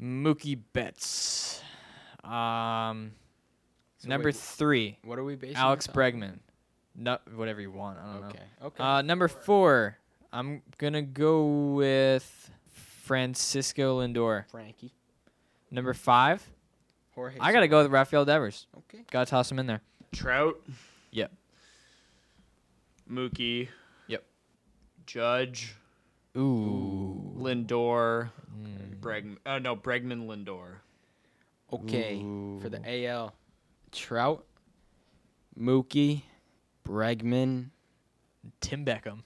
Mookie Betts, um, number wait, three What are we basing? Alex this on? Bregman, no, whatever you want. I don't Okay. know. Okay. Uh, number four, I'm gonna go with Francisco Lindor. Frankie. Number five, Jorge. I gotta go with Rafael Devers. Okay. Gotta toss him in there. Trout. Yep. Mookie. Yep. Judge. Ooh. Lindor. Hmm. Bregman. Uh, no, Bregman Lindor. Okay. For the AL, Trout, Mookie, Bregman. Tim Beckham.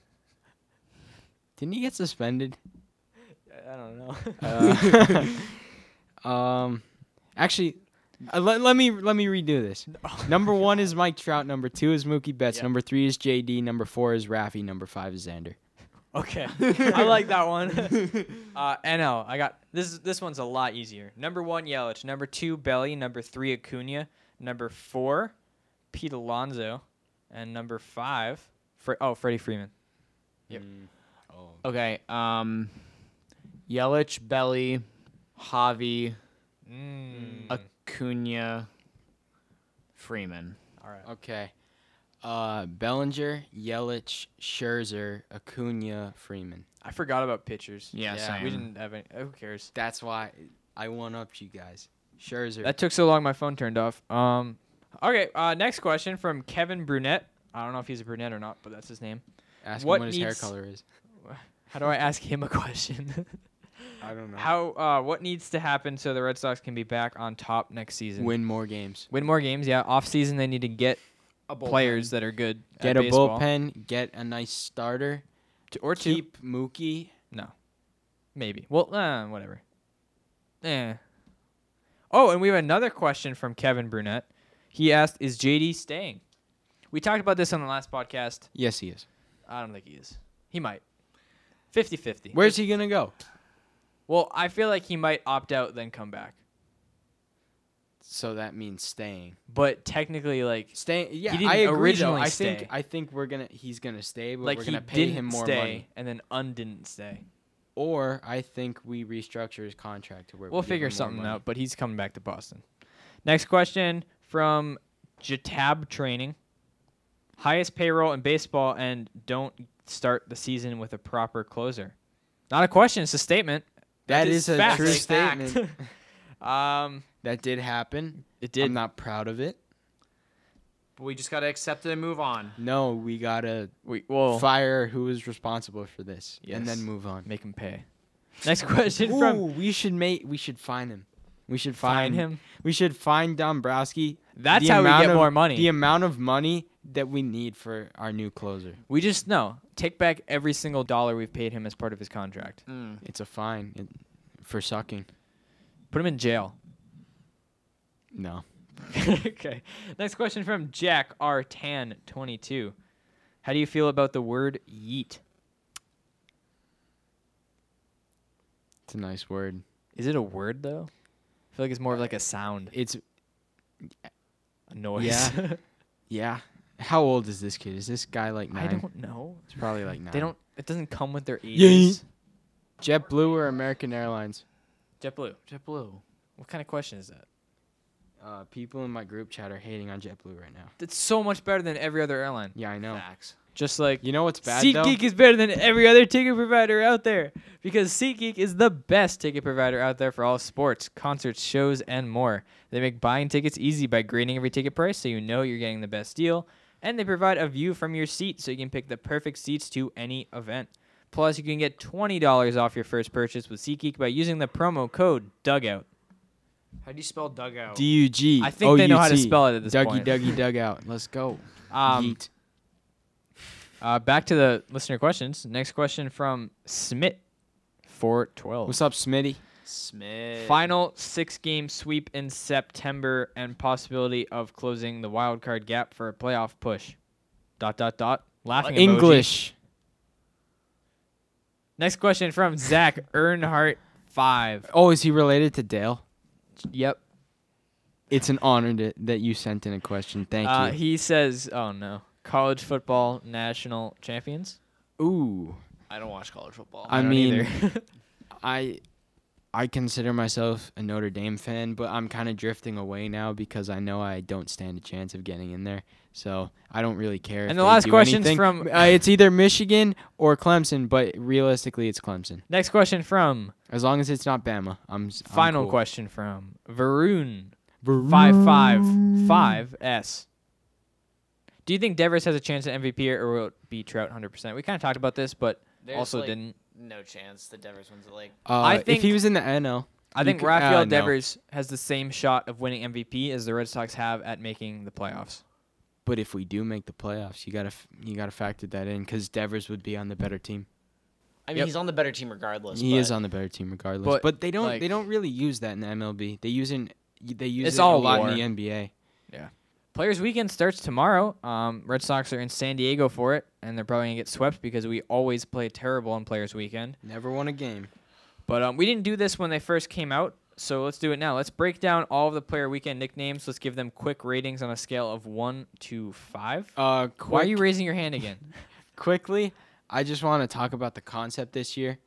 Didn't he get suspended? I don't know. Uh, um, actually, uh, let, let me let me redo this. Number one is Mike Trout. Number two is Mookie Betts. Number three is JD. Number four is Rafi. Number five is Xander. Okay, I like that one. uh, NL, I got this. is- This one's a lot easier. Number one, Yelich. Number two, Belly. Number three, Acuna. Number four, Pete Alonso, and number five, Fre- oh Freddie Freeman. Okay. Um, Yelich, Belly, Javi, Mm. Uh, Acuna, Freeman. Okay. Uh, Bellinger, Yelich, Scherzer, Acuna, Freeman. I forgot about pitchers. Yeah, same. we didn't have any. Who cares? That's why I one upped you guys. Scherzer. That took so long. My phone turned off. Um, okay. Uh, next question from Kevin Brunette. I don't know if he's a brunette or not, but that's his name. ask what him what his hair needs- color is. How do I ask him a question? I don't know. How uh, what needs to happen so the Red Sox can be back on top next season? Win more games. Win more games, yeah. Off season they need to get players that are good. at Get a baseball. bullpen. Get a nice starter. T- or two, Keep Mookie. maybe. Well, uh, whatever. Eh. Oh, and we have another question from Kevin Brunette. He asked, "Is JD staying?" We talked about this on the last podcast. Yes, he is. I don't think he is. He might. 50-50. Where's he gonna go? Well, I feel like he might opt out then come back. So that means staying. But technically, like Staying. Yeah, didn't I agree. though. originally I stay. think I think we're gonna he's gonna stay, but like we're he gonna pay didn't him more stay money. and then un didn't stay. Or I think we restructure his contract to where We'll we give figure him more something money. out, but he's coming back to Boston. Next question from Jatab Training. Highest payroll in baseball and don't start the season with a proper closer. Not a question, it's a statement. That It's is a fact. true It's a fact. statement. um, that did happen. it I'm did. not proud of it. But we just gotta accept it and move on. No, we gotta we, well, fire who is responsible for this, and then Yes. move on. make him pay. Next question Ooh, from we should make. We should find him. We should Find find, him. We should find Dombrowski. That's the how we amount get of- more money. The amount of money that we need for our new closer. We just know. Take back every single dollar we've paid him as part of his contract. It's a fine it, for sucking. Put him in jail. No. okay. Next question from Jack R. Tan 22. How do you feel about the word yeet? It's a nice word. Is it a word though? I feel like it's more of like a sound, It's a noise. yeah. yeah. How old is this kid? Is this guy like nine? I don't know. it's probably like nine. They don't. It doesn't come with their e's. Yeet. JetBlue or American Airlines? JetBlue. JetBlue. What kind of question is that? Uh, people in my group chat are hating on JetBlue right now. That's so much better than every other airline. Yeah, I know. Facts. Just like You know what's bad though? SeatGeek is better than every other ticket provider out there because SeatGeek is the best ticket provider out there for all sports, concerts, shows, and more. They make buying tickets easy by grading every ticket price so you know you're getting the best deal, and they provide a view from your seat so you can pick the perfect seats to any event. Plus, you can get $20 off your first purchase with SeatGeek by using the promo code DUGOUT. How do you spell dugout? D U G. I think they know how to O U T. spell it at this Dougie, point. Dougie, dugout. Let's go. Um, Yeet. uh, back to the listener questions. Next question from Smit412. What's up, Smitty? Smith. Final six game sweep in September and possibility of closing the wild card gap for a playoff push. Dot dot dot. Laughing emoji. English. Next question from Zach Earnhardt five. Oh, is he related to Dale? Yep. It's an honor to, that you sent in a question. Thank Uh, you. he says, "Oh no, college football national champions." Ooh, I don't watch college football. I, don't mean, either. I I consider myself a Notre Dame fan, but I'm kind of drifting away now because I know I don't stand a chance of getting in there. So I don't really care. if And the they last do question's anything. from- uh, it's either Michigan or Clemson, but realistically, it's Clemson. Next question from As long as it's not Bama, I'm s- I'm final cool. question from Varun five five five S. Do you think Devers has a chance at MVP or will it be Trout hundred percent? We kind of talked about this, but There's, also like, didn't. No chance. The Devers wins it like Uh, I if think- he was in the NL, I you think could- uh, Rafael no. Devers has the same shot of winning MVP as the Red Sox have at making the playoffs. But if we do make the playoffs, you gotta f- you gotta factor that in because Devers would be on the better team. I mean, he's on the better team regardless. He but is on the better team regardless. But, But, they don't like- they don't really use that in the MLB. They use it in, they use It's it all a lot war. in the NBA. Players Weekend starts tomorrow. Um, Red Sox are in San Diego for it, and they're probably gonna get swept because we always play terrible on Players Weekend. Never won a game. But um, we didn't do this when they first came out, so let's do it now. Let's break down all of the Player Weekend nicknames. Let's give them quick ratings on a scale of one to five. Uh, quick, Why are you raising your hand again? quickly? I just want to talk about the concept this year.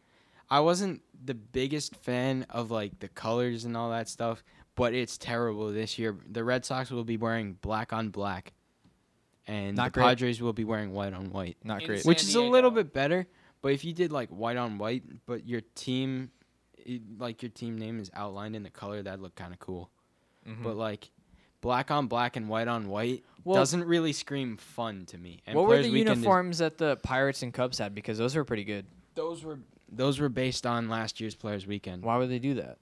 I wasn't the biggest fan of like the colors and all that stuff, but it's terrible this year. The Red Sox will be wearing black on black, and Not the great. Padres will be wearing white on white. Not In great. San which is a little Diego. bit better. But if you did like white on white, but your team, it, like your team name is outlined in the color, that'd look kind of cool. But like black on black and white on Mm-hmm. white Well- doesn't really scream fun to me. And What were Players the Weekend is- uniforms that the Pirates and Cubs had? Because those were pretty good. those were those were based on last year's Players Weekend Why would they do that?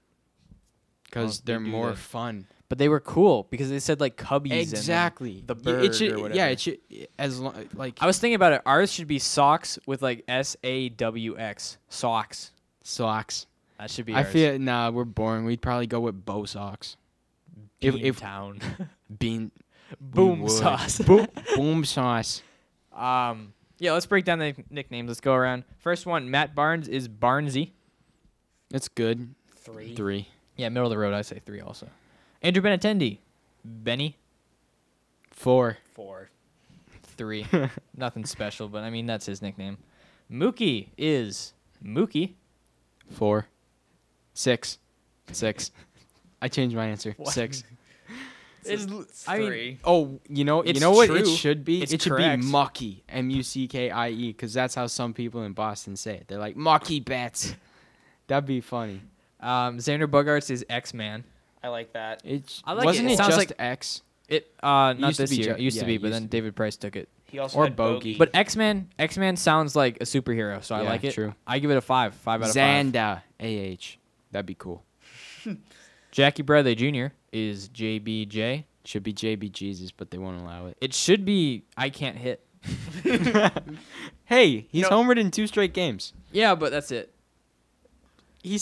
because they they're do more that. fun. But they were cool because they said like Cubbies. Exactly. And then the Y- bird it should, or whatever. yeah, it should as long like I was thinking about it. Ours should be socks with like S A W X socks. socks. That should be. I Ours. feel nah, we're boring. We'd probably go with bow socks. If, Bean if town. bean Boom would. sauce. boom, boom sauce. um. Yeah. Let's break down the nicknames. Let's go around. First one. Matt Barnes is Barnesy. That's good. three. Three. Yeah, middle of the road. I say three also. Andrew Benatendi, Benny, Four. Four. three. Nothing special, but I mean that's his nickname. Mookie is Mookie. Four. Six. Six. I changed my answer. Six. Is I I mean, three. Oh, you know, It's you know what it true. should be. It's it should correct. be mucky, M U C K I E, because that's how some people in Boston say it. They're like mucky bets. That'd be funny. Um, Xander Bogarts is X Man. I like that. It I like it. wasn't It it, sounds just like- X. It uh used not to this be year. it Ju- used to yeah, be, it but used then to David Price took it. He also Or had bogey. bogey. But X Man, X Man sounds like a superhero, so I Yeah, like it. true. I give it a five, five out of five. Xanda A H. That'd be cool. Jackie Bradley Jr. is JBJ. Should be J B Jesus, but they won't allow it. It should be I can't hit. Hey, he's No. homered in two straight games. Yeah, but that's it. He's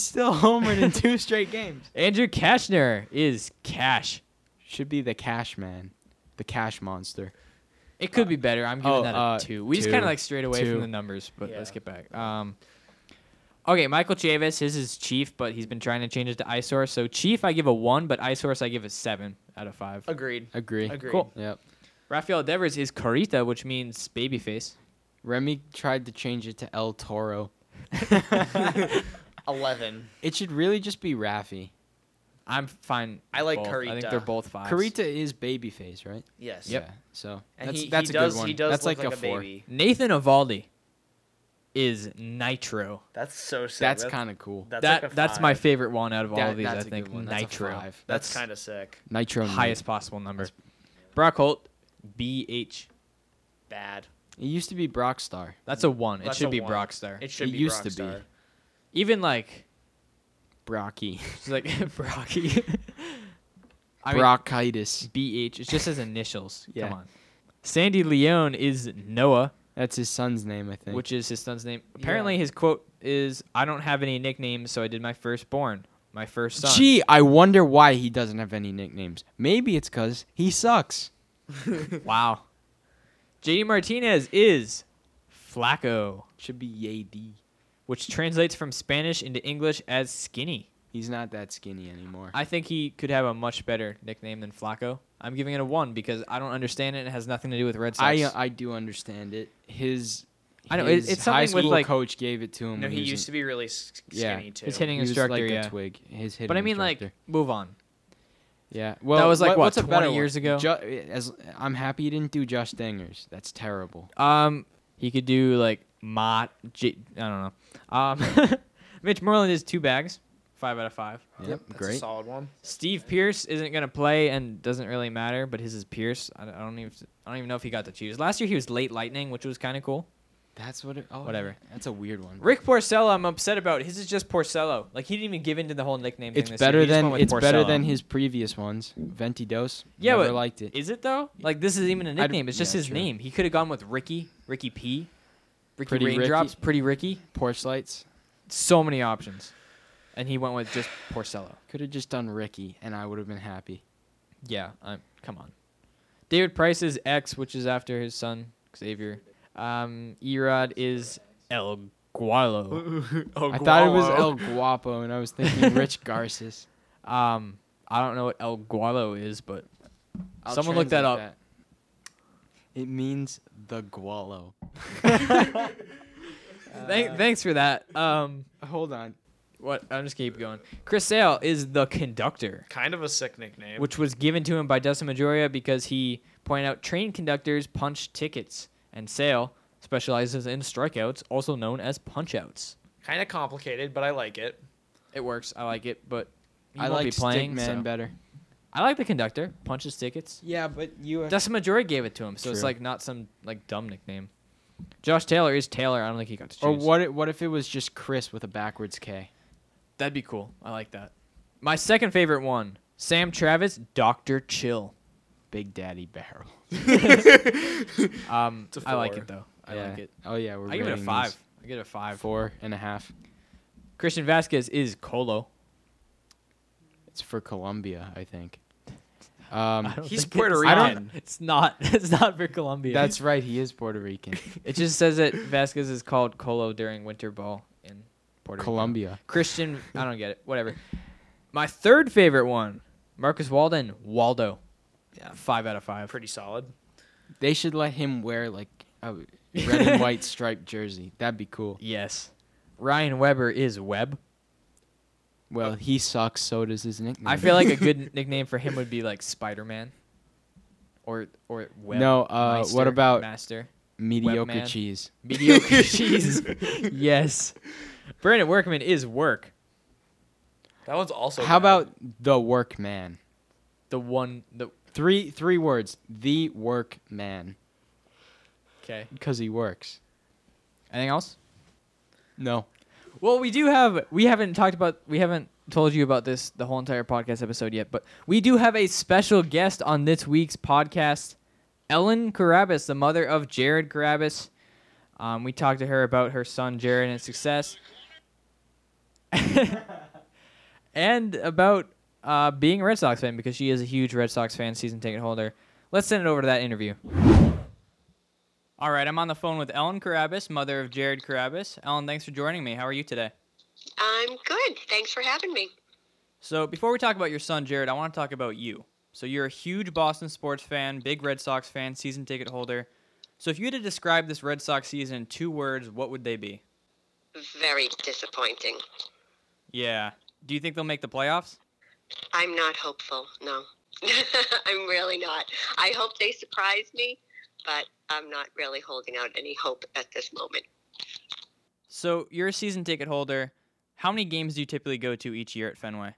still homered in two straight games. Andrew Kashner is Cash. Should be the cash man, the cash monster. It could be better. I'm giving oh, that a uh, two. We just two, kind of like strayed away two. from the numbers, but let's Yeah. get back. Um, okay, Michael Chavis, his is Chief, but he's been trying to change it to Isource. So Chief, I give a one, but Isource, I give a seven out of five. Agreed. Agree. Agreed. Cool. Yep. Rafael Devers is Carita, which means babyface. Remy tried to change it to El Toro. Eleven. It should really just be Raffy. I'm fine. I like both. I think Carita. they're both fives. Carita is babyface, right? Yes. Yeah, so And that's he, that's he a does, good one. He does that's look like, a, four. baby. Nathan Avaldi is Nitro. That's so sick. That's kind of cool. That's that like a that's my five. favorite one out of all That- of these. I that's a think good one. That's a Nitro. five. That's, kind of sick. Nitro Knight. highest possible number. Brock Holt, BH. Bad. It used to be Brockstar. That's a one. It That's should a be one. Brockstar. It should It be used to Rockstar. be. Even like Brocky. it's like Brocky. I mean, Brockitis. BH. It's just his initials. Yeah. Come on. Sandy Leone is Noah, That's his son's name, I think. which is his son's name. Apparently, his quote is, "I don't have any nicknames, so I did my firstborn, my first son." Gee, I wonder why he doesn't have any nicknames. Maybe it's because he sucks. Wow. JD Martinez is Flacco, Should be YD. which translates from Spanish into English as skinny. He's not that skinny anymore. I think he could have a much better nickname than Flacco. I'm giving it a one because I don't understand it. and It has nothing to do with Red Sox. I uh, I do understand it. His I know, it- his it's high something with, school like- coach gave it to him. No, when he was used to in- be really s- Yeah. skinny too. His hitting he was instructor, like yeah. a twig. His hitting but I mean, like, instructor. move on. yeah. Well, was, like, what, what's a 20 better one? years ago? Ju- as I'm happy you didn't do Josh Dangers. That's terrible. Um, he could do like Mott. J- I don't know. Um, Mitch Moreland is two bags, five out of five. Yep, That's a great. solid one. Steve Pierce isn't gonna play and doesn't really matter, but his is Pierce. I don't, I don't even I don't even know if he got to choose. Last year he was late lightning, which was kind of cool. That's what. It, oh, Whatever. That's a weird one. Rick Porcello, I'm upset about. His is just Porcello. Like he didn't even give into the whole nickname It's thing. this year. better He just than went it's with better Porcello. than his previous ones. Venti Dos. Yeah, never but liked it. Is it though? Like this is even a nickname. it's just yeah, his true. name. He could have gone with Ricky, Ricky P, Ricky Pretty Ricky. Raindrops, Pretty Ricky. Porch lights. So many options, and he went with just Porcello. Could have just done Ricky, and I would have been happy. Yeah, I'm, come on. David Price is X, which is after his son Xavier. Um, Erod is El Gualo. Oh, I thought it was El Guapo, and I was thinking Rich Garces. Um, I don't know what El Gualo is, but I'll Someone look that translate that. It means the gualo. thank thanks for that. Um, Hold on. what I'm just keep going. Chris Sale is the conductor, Kind of a sick nickname. which was given to him by Dustin Majoria because he pointed out train conductors punch tickets, and Sale specializes in strikeouts, also known as punchouts. Kind of complicated, but I like it. It works. I like it, but he I won't like be playing. Stickman so- better. I like the conductor. Punches tickets. Yeah, but you. Decima Jory gave it to him, so it's True. like not some like dumb nickname. Josh Taylor is Taylor. I don't think he got to choose. or what? It, what if it was just Chris with a backwards K? That'd be cool. I like that. My second favorite one, Sam Travis, Doctor Chill. Big Daddy Barrel. Um, It's a I like four. it though. I like it. Oh yeah, we're. I give it a rating five. these. I give it a five. Four and a half. Christian Vasquez is Colo. It's for Colombia, I think. Um, don't He's think Puerto it's not- Rican. It's not. It's not for Colombia. that's right. He is Puerto Rican. It just says that Vasquez is called Colo during winter ball in Puerto Rico. Colombia. Christian, I don't get it. Whatever. My third favorite one, Marcus Walden, Waldo. Yeah. Five out of five. Pretty solid. They should let him wear like a red and white striped jersey. That'd be cool. Yes. Ryan Weber is Webb. Well, he sucks. So does his nickname. I feel like a good nickname for him would be like Spider Man. Or or Web. No, uh, Meister, what about- Master? mediocre Webman. cheese. Mediocre cheese. yes. Brandon Workman is work. That one's also. How bad. about the workman? The one the Three three words. The workman, Okay. because he works. Anything else? No, Well, we do have we haven't talked about we haven't told you about this the whole entire podcast episode yet, but we do have a special guest on this week's podcast, Ellen Carabas, the mother of Jared Carabas. Um, we talked to her about her son Jared and his success, and about uh, being a Red Sox fan because she is a huge Red Sox fan, season ticket holder. Let's send it over to that interview. All right, I'm on the phone with Ellen Carabas, mother of Jared Carabas. Ellen, thanks for joining me. How are you today? I'm good. Thanks for having me. So before we talk about your son Jared, I want to talk about you. So you're a huge Boston sports fan, big Red Sox fan, season ticket holder. So if you had to describe this Red Sox season in two words, what would they be? Very disappointing. Yeah. Do you think they'll make the playoffs? I'm not hopeful. No, I'm really not. I hope they surprise me, but I'm not really holding out any hope at this moment. So you're a season ticket holder. How many games do you typically go to each year at Fenway?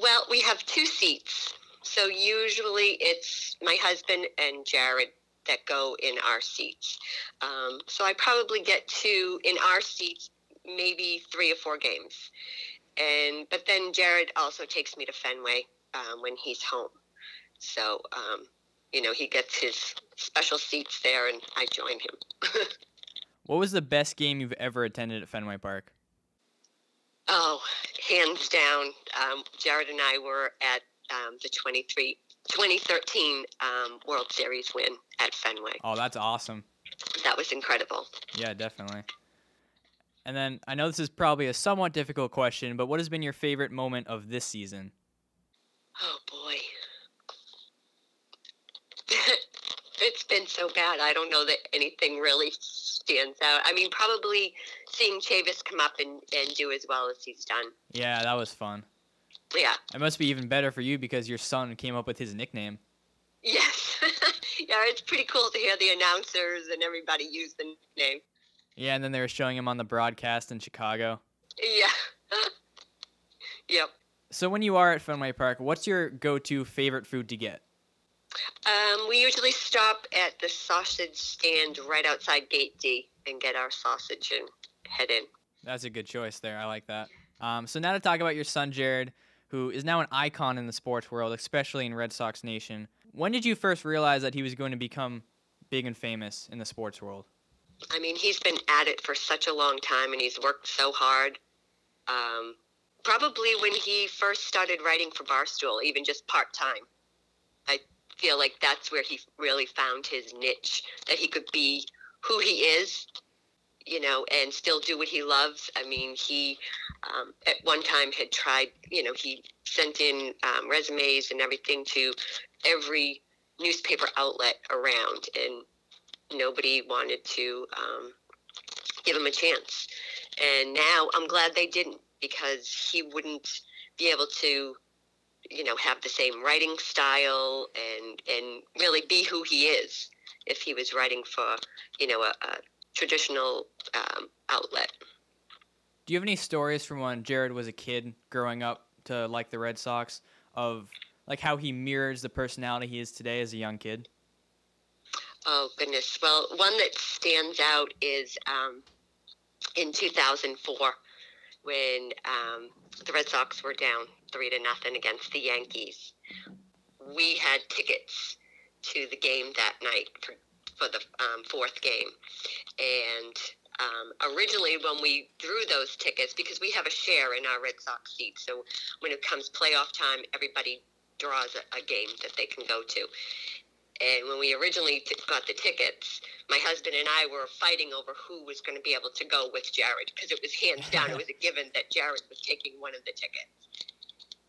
Well, we have two seats. So usually it's my husband and Jared that go in our seats. Um, so I probably get to, in our seats, maybe three or four games. And but then Jared also takes me to Fenway um, when he's home. So um, you know he gets his special seats there, and I join him. What was the best game you've ever attended at Fenway Park? Oh, hands down. Um, Jared and I were at um, the 23, 2013 um, World Series win at Fenway. Oh, that's awesome. That was incredible. Yeah, definitely. And then I know this is probably a somewhat difficult question, but what has been your favorite moment of this season? Oh boy. it's been so bad. I don't know that anything really stands out. I mean, probably seeing Chavis come up and, and do as well as he's done. Yeah, that was fun. Yeah. It must be even better for you because your son came up with his nickname. Yes. yeah, it's pretty cool to hear the announcers and everybody use the name. Yeah, and then they were showing him on the broadcast in Chicago. Yeah. yep. So when you are at Fenway Park, what's your go-to favorite food to get? Um, we usually stop at the sausage stand right outside Gate D and get our sausage and head in. That's a good choice there. I like that. Um, so now to talk about your son Jared, who is now an icon in the sports world, especially in Red Sox Nation. When did you first realize that he was going to become big and famous in the sports world? I mean, he's been at it for such a long time and he's worked so hard. Um, probably when he first started writing for Barstool, even just part time. I feel like that's where he really found his niche, that he could be who he is, you know, and still do what he loves. I mean, he um, at one time had tried, you know, he sent in um, resumes and everything to every newspaper outlet around and nobody wanted to um, give him a chance. And now I'm glad they didn't because he wouldn't be able to, you know, have the same writing style and and really be who he is if he was writing for, you know, a, a traditional um, outlet. Do you have any stories from when Jared was a kid growing up to like the Red Sox of like how he mirrors the personality he is today as a young kid? Oh goodness. Well, one that stands out is um, in 2004 when um, the Red Sox were down three to nothing against the Yankees. We had tickets to the game that night for, for the um, fourth game, and um, originally when we drew those tickets, because we have a share in our Red Sox seats, so when it comes playoff time, everybody draws a, a game that they can go to. And when we originally t- got the tickets, my husband and I were fighting over who was going to be able to go with Jared because it was hands down, it was a given that Jared was taking one of the tickets.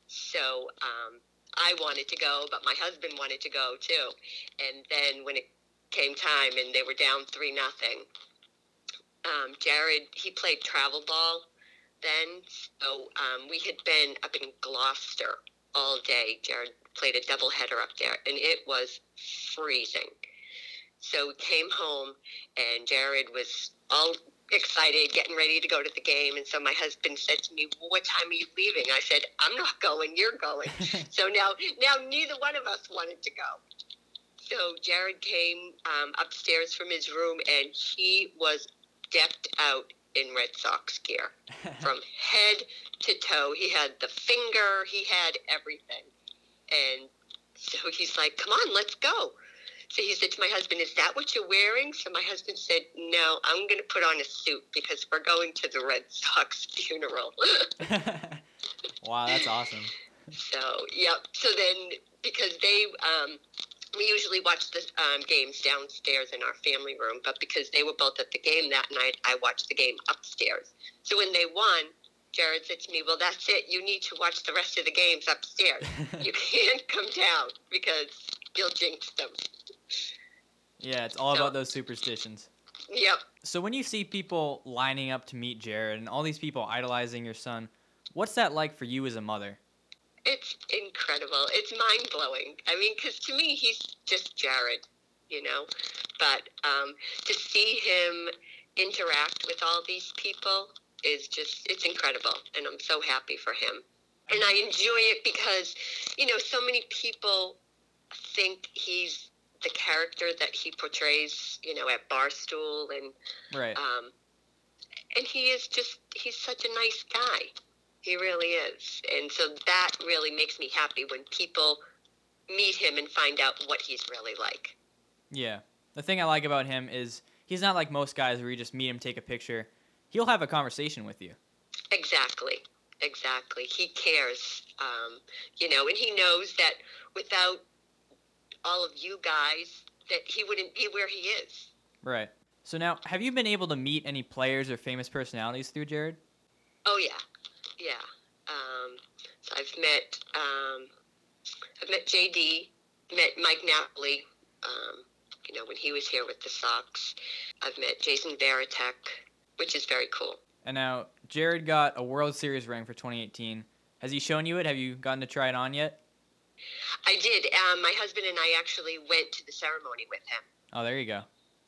So um, I wanted to go, but my husband wanted to go too. And then when it came time and they were down 3 nothing, um, Jared, he played travel ball then. So um, we had been up in Gloucester all day. Jared played a doubleheader up there, and it was freezing. So we came home, and Jared was all excited, getting ready to go to the game. And so my husband said to me, well, "What time are you leaving?" I said, "I'm not going. You're going." so now, now neither one of us wanted to go. So Jared came um, upstairs from his room, and he was decked out in Red Sox gear from head to toe. He had the finger, he had everything. And so he's like, come on, let's go. So he said to my husband, is that what you're wearing? So my husband said, no, I'm going to put on a suit because we're going to the Red Sox funeral. wow, that's awesome. So, yep. So then, because they, um, we usually watch the um, games downstairs in our family room, but because they were both at the game that night, I watched the game upstairs. So when they won, Jared said to me, Well, that's it. You need to watch the rest of the games upstairs. you can't come down because you'll jinx them. Yeah, it's all So- about those superstitions. Yep. So when you see people lining up to meet Jared and all these people idolizing your son, what's that like for you as a mother? It's incredible. It's mind blowing. I mean, because to me, he's just Jared, you know? But um, to see him interact with all these people is just, it's incredible. And I'm so happy for him. And I enjoy it because, you know, so many people think he's the character that he portrays, you know, at Barstool and Right. um, and he is just, he's such a nice guy. He really is. And so that really makes me happy when people meet him and find out what he's really like. Yeah. The thing I like about him is he's not like most guys where you just meet him, take a picture. He'll have a conversation with you. Exactly. Exactly. He cares, um, you know, and he knows that without all of you guys, that he wouldn't be where he is. Right. So now, have you been able to meet any players or famous personalities through Jared? Oh yeah, yeah. Um, so I've met um, I've met JD, met Mike Napoli. Um, you know when he was here with the Sox. I've met Jason Veritek, which is very cool. And now Jared got a World Series ring for 2018. Has he shown you it? Have you gotten to try it on yet? I did. Um, my husband and I actually went to the ceremony with him. Oh, there you go.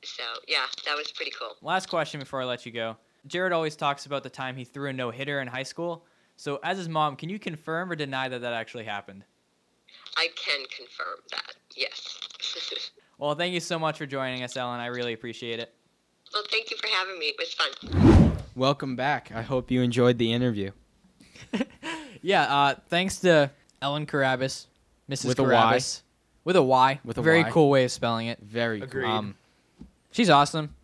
So yeah, that was pretty cool. Last question before I let you go. Jared always talks about the time he threw a no hitter in high school. So, as his mom, can you confirm or deny that that actually happened? I can confirm that. Yes. Well, thank you so much for joining us, Ellen. I really appreciate it. well, thank you for having me. It was fun. Welcome back. I hope you enjoyed the interview. Yeah, uh, thanks to Ellen Carabas, Mrs. With a Y. Carabas. With a Y. With a Very Y. cool way of spelling it. Very cool. Agreed. Um, she's awesome.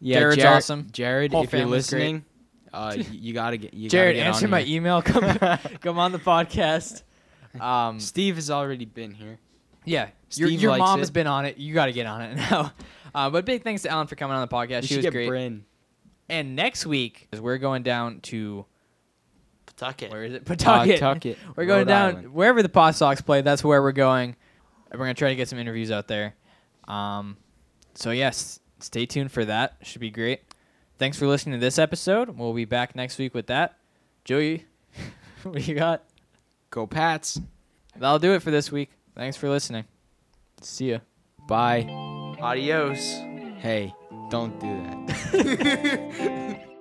Yeah, Jared's Jared, awesome. Jared, Whole if you're family's great. listening, uh, y- you gotta get. You Jared, gotta get answer on my here. email. Come, come on the podcast. Um, Steve has already been here. yeah, your, Steve your likes mom it. has been on it. You got to get on it now. Uh, but big thanks to Ellen for coming on the podcast. You she should was get great. Bryn. And next week, is we're going down to Pawtucket. where is it? Pawtucket. Pawtucket, We're going Rhode down Island. wherever the Paw Sox play. That's where we're going. And we're gonna try to get some interviews out there. Um, so yes, stay tuned for that. Should be great. Thanks for listening to this episode. We'll be back next week with that. Joey, what you got? Go Pats. That'll do it for this week. Thanks for listening. See ya. Bye. Adios. Hey, don't do that.